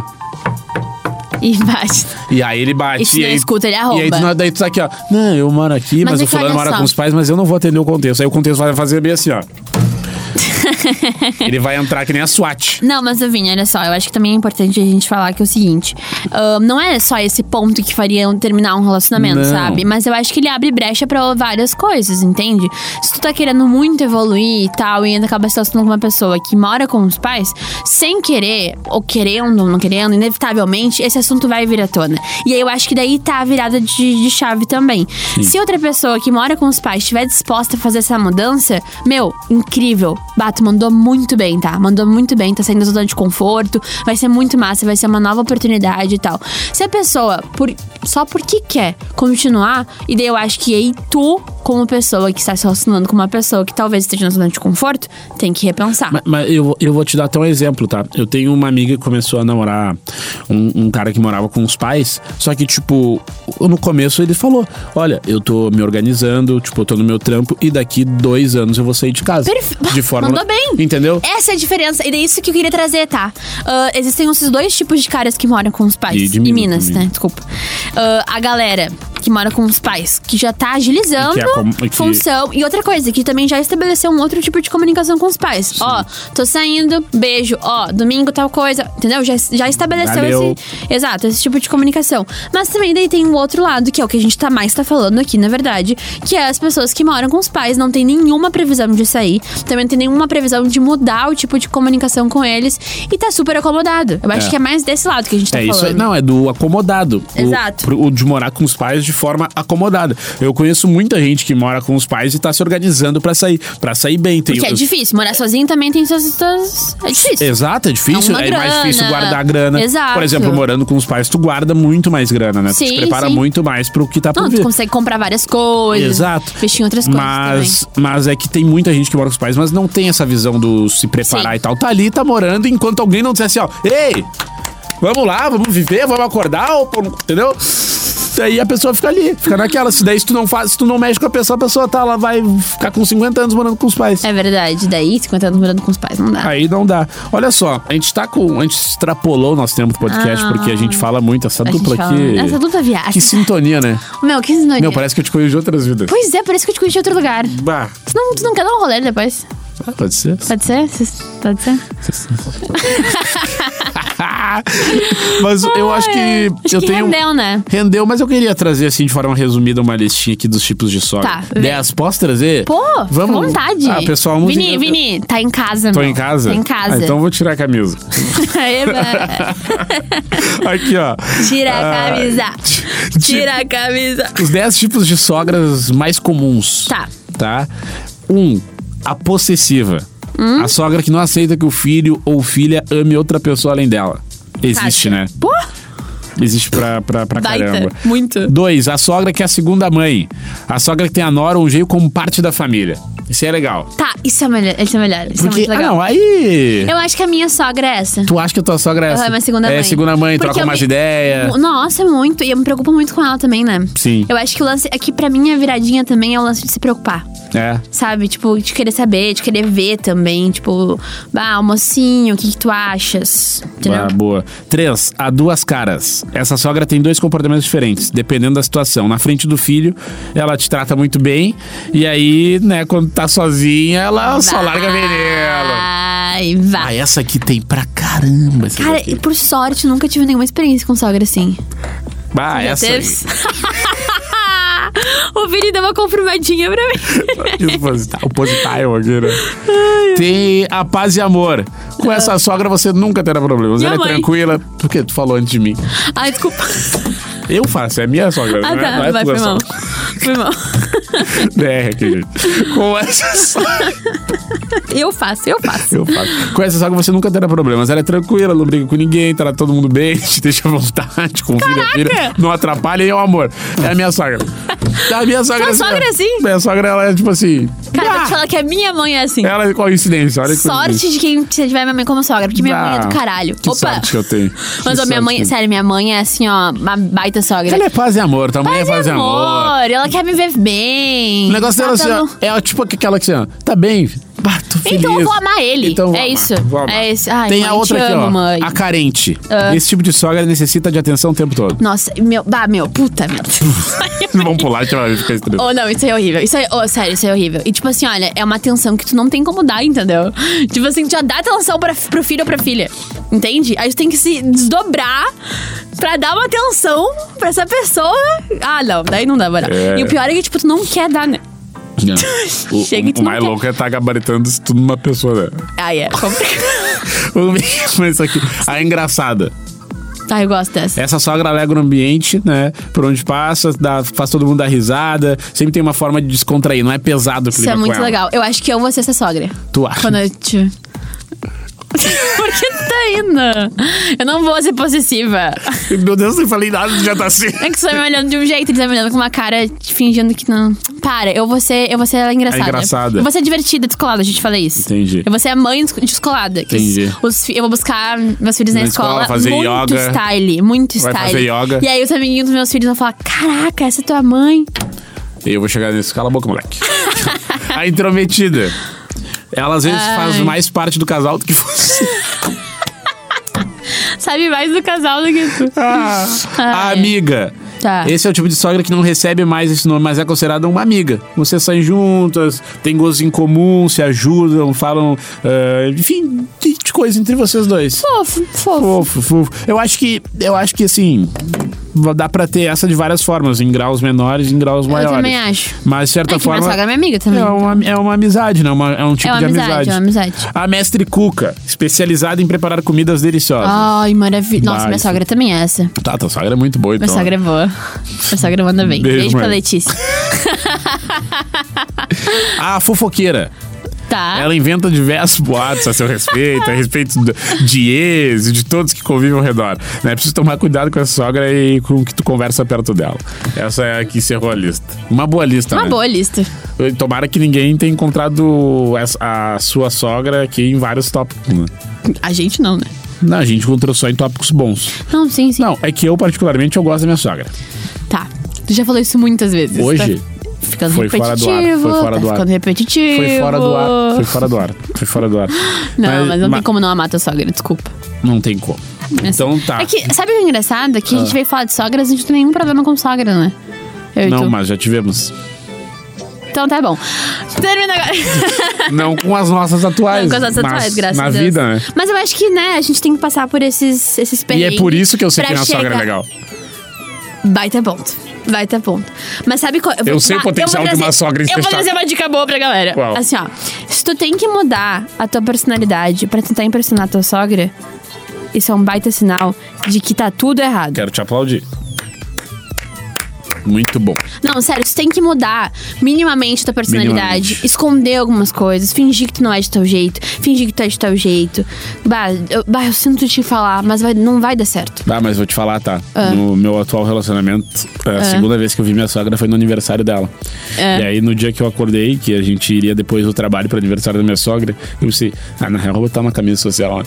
Speaker 3: E bate.
Speaker 2: E aí ele bate.
Speaker 3: E se
Speaker 2: e
Speaker 3: não é
Speaker 2: aí,
Speaker 3: escuta, ele
Speaker 2: E aí
Speaker 3: arromba.
Speaker 2: tu- na- daí tu tá aqui, ó. Não, eu moro aqui, mas,
Speaker 3: Mas é
Speaker 2: o
Speaker 3: que
Speaker 2: fulano
Speaker 3: olha
Speaker 2: mora
Speaker 3: só.
Speaker 2: com os pais, mas eu não vou atender o contexto. Aí o contexto vai fazer bem assim, ó. ele vai entrar que nem a SWAT.
Speaker 3: Não, mas Vini, olha só, eu acho que também é importante a gente falar que é o seguinte: ahn, não é só esse ponto que faria um- terminar um relacionamento,
Speaker 2: Não.
Speaker 3: sabe? Mas eu acho que ele abre brecha pra várias coisas, entende? Se tu tá querendo muito evoluir e tal, e ainda acaba se relacionando com uma pessoa que mora com os pais, sem querer, ou querendo, ou não querendo, inevitavelmente, esse assunto vai vir à tona. E aí eu acho que daí tá a virada de, de chave também. Se outra pessoa que mora com os pais estiver disposta a fazer essa mudança, meu, incrível. Bato, mandou muito bem, tá? Mandou muito bem, tá saindo da zona de conforto, vai ser muito massa, vai ser uma nova oportunidade e tal. Se a pessoa, por, só porque quer continuar, e daí eu acho que aí tu, como pessoa que está se relacionando com uma pessoa que talvez esteja na zona de conforto, tem que repensar.
Speaker 2: Mas, mas eu, eu vou te dar até um exemplo, tá? Eu tenho uma amiga que começou a namorar um, um cara que morava com os pais, só que, tipo, no começo ele falou: Olha, eu tô me organizando, tipo, eu tô no meu trampo, e daqui dois anos eu vou sair de casa.
Speaker 3: Perfe-
Speaker 2: De forma.
Speaker 3: Mandou bem.
Speaker 2: Entendeu?
Speaker 3: Essa é a diferença, e é isso que eu queria trazer, tá? Ah, existem esses dois tipos de caras que moram com os pais.
Speaker 2: E de
Speaker 3: em
Speaker 2: Minas
Speaker 3: Minas,
Speaker 2: também.
Speaker 3: né? Desculpa. Ah, a galera que mora com os pais, que já tá agilizando
Speaker 2: E que é com- e que-
Speaker 3: função. E outra coisa, que também já estabeleceu um outro tipo de comunicação com os pais. Ó, tô saindo, beijo, ó, domingo tal coisa, entendeu? Já, já estabeleceu
Speaker 2: Valeu.
Speaker 3: esse. Exato, esse tipo de comunicação. Mas também daí tem o outro lado, que é o que a gente tá mais tá falando aqui, na verdade, que é as pessoas que moram com os pais, não tem nenhuma previsão de sair, também não tem nenhuma previsão de mudar o tipo de comunicação com eles e tá super acomodado. Eu acho
Speaker 2: É.
Speaker 3: que é mais desse lado que a gente tá
Speaker 2: É
Speaker 3: falando.
Speaker 2: isso aí. Não, é do acomodado. O-
Speaker 3: Exato.
Speaker 2: pro- O, de morar com os pais de forma acomodada. Eu conheço muita gente que mora com os pais e tá se organizando pra sair. pra sair bem. Tem,
Speaker 3: Porque é
Speaker 2: eu-
Speaker 3: difícil, morar sozinho também tem suas. suas- É difícil.
Speaker 2: Exato, é difícil.
Speaker 3: É uma
Speaker 2: É, mais
Speaker 3: grana.
Speaker 2: difícil guardar grana.
Speaker 3: Exato.
Speaker 2: Por exemplo, morando com os pais, tu guarda muito mais grana, né? tu te
Speaker 3: Sim,
Speaker 2: prepara
Speaker 3: sim.
Speaker 2: muito mais pro que tá por
Speaker 3: Não, tu
Speaker 2: vir.
Speaker 3: consegue comprar várias coisas.
Speaker 2: Exato.
Speaker 3: Investir em outras coisas
Speaker 2: Mas, mas é que tem muita gente que mora com os pais, mas não tem essa visão do se preparar
Speaker 3: Sim.
Speaker 2: e tal. Tá ali, tá morando, enquanto alguém não disser assim, ó, ei, vamos lá, vamos viver, vamos acordar, ou pô, entendeu? Daí a pessoa fica ali, fica naquela. Se daí se tu não faz, se tu não mexe com a pessoa, a pessoa tá, ela vai ficar com 50 anos morando com os pais.
Speaker 3: também. É verdade. Daí, 50 anos morando com os pais, não dá.
Speaker 2: Aí não dá. Olha só, a gente tá com. A gente extrapolou o nosso tempo do podcast,
Speaker 3: Ah.
Speaker 2: porque a gente fala muito. Essa
Speaker 3: A gente
Speaker 2: dupla
Speaker 3: fala-
Speaker 2: aqui.
Speaker 3: Essa dupla viagem.
Speaker 2: Que sintonia, né?
Speaker 3: Meu, que sintonia.
Speaker 2: Meu, parece que eu te conheço de outras vidas.
Speaker 3: Pois é, por isso que eu te conheci em outro lugar. Tu
Speaker 2: Bah,
Speaker 3: não, tu não quer dar um rolê depois?
Speaker 2: pode ser.
Speaker 3: Pode ser? Cês- Pode ser?
Speaker 2: mas eu acho
Speaker 3: É,
Speaker 2: que. eu
Speaker 3: que
Speaker 2: tenho...
Speaker 3: rendeu, né?
Speaker 2: Rendeu, mas eu queria trazer, assim, de forma resumida, uma listinha aqui dos tipos de sogra.
Speaker 3: Tá, vem.
Speaker 2: 10, posso trazer?
Speaker 3: Pô, fica à vontade.
Speaker 2: Ah, pessoal, vamos.
Speaker 3: Vini, Vini, tá em casa,
Speaker 2: Tô
Speaker 3: meu.
Speaker 2: em casa?
Speaker 3: Tá em casa. né?
Speaker 2: Ah, então vou tirar a camisa.
Speaker 3: Eba.
Speaker 2: Aqui, ó.
Speaker 3: Tira a
Speaker 2: Ah,
Speaker 3: camisa.
Speaker 2: ti-
Speaker 3: Tira a camisa.
Speaker 2: Os 10 tipos de sogras mais comuns.
Speaker 3: Tá.
Speaker 2: Tá? Um, a possessiva.
Speaker 3: Hum?
Speaker 2: A sogra que não aceita que o filho ou filha ame outra pessoa além dela. Existe,
Speaker 3: Cátia.
Speaker 2: né?
Speaker 3: Pô,
Speaker 2: Existe pra, pra, pra
Speaker 3: Baita,
Speaker 2: caramba.
Speaker 3: muito.
Speaker 2: Dois, a sogra que é a segunda mãe. A sogra que tem a nora ou o jeito como parte da família. Isso é legal.
Speaker 3: tá, isso é melhor. Isso é melhor. Isso é
Speaker 2: Porque,
Speaker 3: muito
Speaker 2: ah,
Speaker 3: legal.
Speaker 2: não, aí...
Speaker 3: Eu acho que a minha sogra é essa.
Speaker 2: Tu acha que a tua sogra é essa?
Speaker 3: Ela é minha segunda
Speaker 2: é
Speaker 3: mãe.
Speaker 2: segunda mãe,
Speaker 3: Porque
Speaker 2: troca
Speaker 3: eu
Speaker 2: mais
Speaker 3: me-
Speaker 2: ideia.
Speaker 3: Nossa, é muito. E eu me preocupo muito com ela também, né?
Speaker 2: Sim.
Speaker 3: Eu acho que o lance aqui, pra mim, a viradinha também é o lance de se preocupar.
Speaker 2: É.
Speaker 3: Sabe? Tipo, de querer saber, de querer ver também. Tipo, ah, mocinho, o que, que tu achas? Entendeu?
Speaker 2: Ah, boa. Três, a duas caras. Essa sogra tem dois comportamentos diferentes, dependendo da situação. Na frente do filho, ela te trata muito bem. E aí, né, quando tá sozinha, ela só larga veneno.
Speaker 3: Vai, vai.
Speaker 2: Ah, essa aqui tem pra caramba. Essa
Speaker 3: Cara, e
Speaker 2: daqui.
Speaker 3: por sorte, nunca tive nenhuma experiência com sogra assim.
Speaker 2: Ah, essa aí.
Speaker 3: Teve? o Vini deu uma confirmadinha pra mim.
Speaker 2: Isso, posita- O positile aqui, né? Tem a paz e amor. Com essa sogra você nunca terá problemas.
Speaker 3: Ah. Minha
Speaker 2: Ela é
Speaker 3: mãe.
Speaker 2: tranquila. Por que tu falou antes de mim?
Speaker 3: Ai, desculpa.
Speaker 2: Eu faço, é minha sogra.
Speaker 3: Ah,
Speaker 2: não é, não
Speaker 3: tá.
Speaker 2: é
Speaker 3: Vai,
Speaker 2: tua
Speaker 3: foi mal.
Speaker 2: sogra.
Speaker 3: Foi mal.
Speaker 2: DR aqui, gente. Com essa sogra.
Speaker 3: Eu faço, eu faço.
Speaker 2: Eu faço. Com essa sogra você nunca terá problemas. Ela é tranquila, não briga com ninguém, trata todo mundo bem, te deixa à vontade, confia, filha. Não atrapalha e é o amor. É a minha sogra. A minha sogra
Speaker 3: Tua sogra é assim?
Speaker 4: Minha sogra, ela é tipo assim.
Speaker 3: Cara, vou
Speaker 4: "Ah!"
Speaker 3: te falar que a minha mãe é assim.
Speaker 4: Ela é coincidência, olha que
Speaker 3: Sorte de quem tiver minha mãe como sogra, porque minha mãe é do
Speaker 4: Ah,
Speaker 3: caralho.
Speaker 4: Que
Speaker 3: Opa!
Speaker 4: sorte que eu tenho.
Speaker 3: Mas
Speaker 4: Que
Speaker 3: ó, minha
Speaker 4: sorte
Speaker 3: mãe,
Speaker 4: que eu
Speaker 3: sério, minha mãe é assim, ó, uma baita sogra.
Speaker 2: Ela é paz e amor, tua mãe é
Speaker 3: Faz
Speaker 2: paz e amor.
Speaker 3: ela quer me ver bem.
Speaker 2: O negócio dela
Speaker 3: Tá
Speaker 2: assim, ó,
Speaker 3: dando-
Speaker 2: é tipo aquela que assim, ó, tá bem, bah, tô feliz.
Speaker 3: Então eu vou amar ele.
Speaker 2: Então eu vou
Speaker 3: é
Speaker 2: amar,
Speaker 3: isso.
Speaker 2: vou amar.
Speaker 3: É isso. Ai,
Speaker 2: Tem
Speaker 3: mãe,
Speaker 2: a outra
Speaker 3: te
Speaker 2: aqui,
Speaker 3: amo,
Speaker 2: ó,
Speaker 3: mãe. Ah.
Speaker 2: a carente. Esse tipo de sogra necessita de atenção o tempo todo.
Speaker 3: Nossa, meu, bah, meu, puta merda.
Speaker 4: tenho. Vamos pular, deixa eu ficar estranho.
Speaker 3: Oh, não, isso aí é horrível. Isso aí, oh, sério, isso aí é horrível. E tipo assim, olha, é uma atenção que tu não tem como dar, entendeu? Tipo assim, tu já dá atenção pra, pro filho ou pra filha. Entende? Aí tu tem que se desdobrar pra dar uma atenção pra essa pessoa. Ah, não, daí não dá, moral.
Speaker 4: É.
Speaker 3: E o pior é que, tipo, tu não quer dar, né?
Speaker 4: O,
Speaker 3: Chega e tu
Speaker 4: o
Speaker 3: não
Speaker 4: mais
Speaker 3: quer.
Speaker 4: louco é estar gabaritando isso tudo numa pessoa, né?
Speaker 3: Ah, é. complicado.
Speaker 2: Mas isso aqui, a engraçada.
Speaker 3: tá, eu gosto dessa.
Speaker 2: Essa sogra alegra o ambiente, né? Por onde passa, dá- faz todo mundo dar risada. Sempre tem uma forma de descontrair, não é pesado o
Speaker 3: Isso
Speaker 2: clima
Speaker 3: é
Speaker 2: com
Speaker 3: muito
Speaker 2: ela.
Speaker 3: legal. Eu acho que eu vou ser essa sogra.
Speaker 2: Tu acha?
Speaker 3: Quando eu te... Por que tu tá indo? Eu não vou ser possessiva.
Speaker 2: Meu Deus, não falei nada, já tá assim.
Speaker 3: É que você tá me olhando de um jeito, ele tá me olhando com uma cara fingindo que não. Para, eu vou ser, eu vou ser ela engraçada.
Speaker 2: A É engraçada.
Speaker 3: Eu vou ser divertida, descolada, a gente falei isso.
Speaker 2: Entendi.
Speaker 3: Eu vou ser a mãe des- descolada. que
Speaker 2: Entendi.
Speaker 3: os- os fi- eu vou buscar meus filhos na,
Speaker 2: Na escola, fazer
Speaker 3: muito
Speaker 2: yoga.
Speaker 3: style, muito
Speaker 4: Vai
Speaker 3: style.
Speaker 4: fazer yoga.
Speaker 3: E aí os amiguinhos dos meus filhos vão falar: Caraca, essa é tua mãe.
Speaker 2: Eu vou chegar nesse. Cala a boca, moleque. a intrometida. Ela às vezes faz
Speaker 3: Ai.
Speaker 2: mais parte do casal do que você.
Speaker 3: Sabe mais do casal do que tu.
Speaker 2: a
Speaker 3: Ai.
Speaker 2: amiga.
Speaker 3: Ah. Tá.
Speaker 2: Esse é o tipo de sogra que não recebe mais esse nome, mas é considerada uma amiga. Vocês saem juntas, têm gostos em comum, se ajudam, falam. ah, enfim, de de coisa entre vocês dois.
Speaker 3: Fofo, fofo.
Speaker 2: Fofo, fofo. Eu acho que. Eu acho que assim. Dá pra ter essa de várias formas, em graus menores e em graus maiores.
Speaker 3: também acho.
Speaker 2: Mas, de certa
Speaker 3: É que minha
Speaker 2: forma.
Speaker 3: sogra é minha amiga também.
Speaker 2: É uma, é uma amizade, né? Uma- é um tipo
Speaker 3: É uma
Speaker 2: de
Speaker 3: amizade,
Speaker 2: amizade.
Speaker 3: é uma amizade.
Speaker 2: A mestre Cuca, especializada em preparar comidas deliciosas.
Speaker 3: Ai, maravilha. Nossa,
Speaker 2: Vai.
Speaker 3: minha sogra também é essa.
Speaker 2: Tá, tua sogra é muito boa, então.
Speaker 3: Minha sogra é boa. Minha sogra manda bem.
Speaker 2: Beijo,
Speaker 3: Beijo, pra
Speaker 2: mãe.
Speaker 3: Letícia. é
Speaker 2: A fofoqueira.
Speaker 3: Tá.
Speaker 2: Ela
Speaker 4: Ela inventa diversos boatos a seu respeito, a respeito do- de ex e de todos que convivem ao redor. Né? Preciso tomar cuidado com a sogra e com o que tu conversa perto dela. Essa é a que encerrou a lista. Uma boa lista,
Speaker 3: Uma
Speaker 4: né?
Speaker 3: boa lista.
Speaker 4: Tomara que ninguém tenha encontrado essa- a sua sogra aqui em vários tópicos. Né?
Speaker 3: A gente não, né?
Speaker 4: Não, a gente encontrou só em tópicos bons.
Speaker 3: Não, sim, sim.
Speaker 4: Não, é que eu, particularmente, eu gosto da minha sogra.
Speaker 3: Tá. Tu já falou isso muitas vezes.
Speaker 4: Hoje,
Speaker 3: Tá ficando
Speaker 4: foi fora do
Speaker 3: repetitivo.
Speaker 4: ar, foi fora
Speaker 3: tá
Speaker 4: do ar.
Speaker 3: ficando repetitivo.
Speaker 4: foi fora do ar. Foi fora do ar. Foi fora do ar.
Speaker 3: Não, mas, não tem como não amar tua sogra, desculpa.
Speaker 4: Não tem como. Então tá.
Speaker 3: É que, sabe o que é engraçado? É Que
Speaker 4: Ah.
Speaker 3: a gente veio falar de sogras, a gente não tem nenhum problema com sogra, né? Eu e
Speaker 4: Não,
Speaker 3: tu.
Speaker 4: mas já tivemos.
Speaker 3: Então tá bom. Termina agora.
Speaker 4: Não com as nossas atuais.
Speaker 3: Com as
Speaker 4: mas
Speaker 3: atuais, graças
Speaker 4: na
Speaker 3: a Deus.
Speaker 4: vida, né?
Speaker 3: Mas eu acho que, né, a gente tem que passar por esses, esses
Speaker 4: E
Speaker 3: perrengues.
Speaker 4: é por isso que eu sei que
Speaker 3: pra
Speaker 4: minha sogra é
Speaker 3: chegar-
Speaker 4: legal.
Speaker 3: Baita ponto. Baita ponto. Mas sabe qual.
Speaker 4: Eu sei o potencial de uma sogra
Speaker 3: Eu vou
Speaker 4: insustentável.
Speaker 3: trazer uma dica boa pra galera.
Speaker 4: Qual?
Speaker 3: Assim, ó. Se tu tem que mudar a tua personalidade pra tentar impressionar a tua sogra, isso é um baita sinal de que tá tudo errado.
Speaker 4: Quero te aplaudir. Muito bom.
Speaker 3: Não, sério, tu tem que mudar minimamente tua personalidade.
Speaker 4: Minimamente.
Speaker 3: Esconder algumas coisas, fingir que tu não é de teu jeito, fingir que tu é de teu jeito. Bah, eu, bah, eu sinto te falar, mas vai- não vai dar certo.
Speaker 4: Ah, mas vou te falar, tá?
Speaker 3: Ah.
Speaker 4: No meu atual relacionamento, é, a segunda vez que eu vi minha sogra foi no aniversário dela.
Speaker 3: Ah.
Speaker 4: E aí, no dia que eu acordei, que a gente iria depois do trabalho pro aniversário da minha sogra, eu pensei, ah, na real, eu vou botar uma camisa social. né?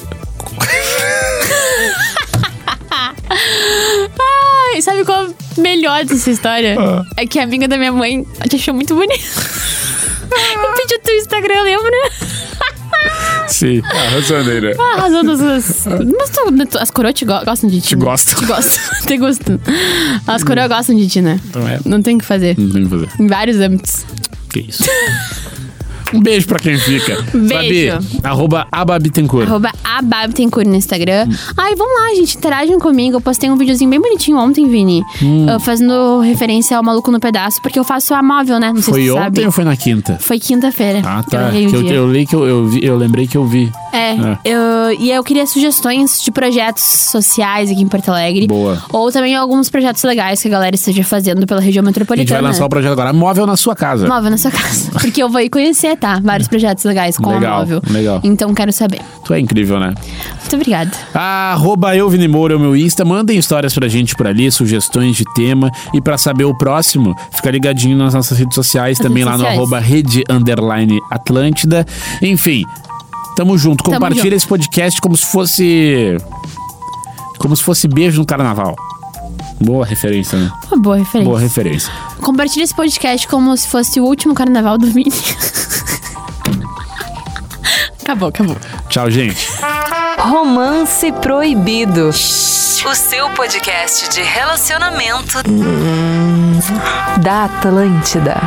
Speaker 3: Ai, sabe qual é o melhor dessa história?
Speaker 4: Ah.
Speaker 3: É que a amiga da minha mãe te achou muito bonita. Eu pedi o teu Instagram, lembra?
Speaker 4: Sim. Ah, Rosandei, né?
Speaker 3: Ah, Arrasou nas suas. Mas tu, né, tu- as coroas te go- gostam de ti.
Speaker 4: Te
Speaker 3: né?
Speaker 4: gostam.
Speaker 3: Te gostam. Te gostam. As coroas gostam de ti, né?
Speaker 4: Então é.
Speaker 3: Não tem o que fazer.
Speaker 4: Não tem o que fazer.
Speaker 3: Em vários âmbitos.
Speaker 4: Que isso. Um beijo pra quem fica. Babi,
Speaker 3: Beijo.
Speaker 4: arroba ababitencourt.
Speaker 3: Arroba ababtencourt no Instagram.
Speaker 4: Hum.
Speaker 3: Ai, vamos lá, gente. Interagem comigo. Eu postei um videozinho bem bonitinho ontem, Vini.
Speaker 4: Hum.
Speaker 3: eh, Fazendo referência ao Maluco no Pedaço, porque eu faço a móvel, né? Não sei
Speaker 4: Foi
Speaker 3: se tu
Speaker 4: ontem
Speaker 3: sabe.
Speaker 4: ou foi na quinta?
Speaker 3: Foi quinta-feira.
Speaker 4: Ah,
Speaker 3: Eu
Speaker 4: tá.
Speaker 3: errei um
Speaker 4: Que eu,
Speaker 3: dia.
Speaker 4: eu li que eu, eu vi- eu lembrei que eu vi.
Speaker 3: É,
Speaker 2: É.
Speaker 3: Eu, e eu queria sugestões de projetos sociais aqui em Porto Alegre.
Speaker 2: Boa.
Speaker 3: Ou também alguns projetos legais que a galera esteja fazendo pela região
Speaker 2: A gente
Speaker 3: metropolitana.
Speaker 2: vai lançar o projeto agora. Móvel na sua casa.
Speaker 3: Móvel na sua casa. Porque eu vou ir conhecer, tá? Vários projetos legais com
Speaker 2: É. Legal,
Speaker 3: a móvel.
Speaker 2: legal.
Speaker 3: Então quero saber.
Speaker 2: Tu é incrível, né?
Speaker 3: Muito obrigada.
Speaker 2: Arroba eu, Vini Moura, é o meu Insta. Mandem histórias pra gente por ali, sugestões de tema. E pra saber o próximo, fica ligadinho nas nossas redes sociais,
Speaker 3: Nas
Speaker 2: também
Speaker 3: redes
Speaker 2: lá
Speaker 3: sociais.
Speaker 2: no arroba rede underline Atlântida. Enfim, tamo junto.
Speaker 3: Tamo
Speaker 2: Compartilha
Speaker 3: junto.
Speaker 2: esse podcast como se fosse. Como se fosse beijo no carnaval. Boa referência, né?
Speaker 3: Uma boa referência.
Speaker 2: Boa referência.
Speaker 3: Compartilha esse podcast como se fosse o último carnaval do Vini. acabou, acabou.
Speaker 2: Tchau, gente.
Speaker 1: Romance Proibido. O seu podcast de relacionamento da Atlântida.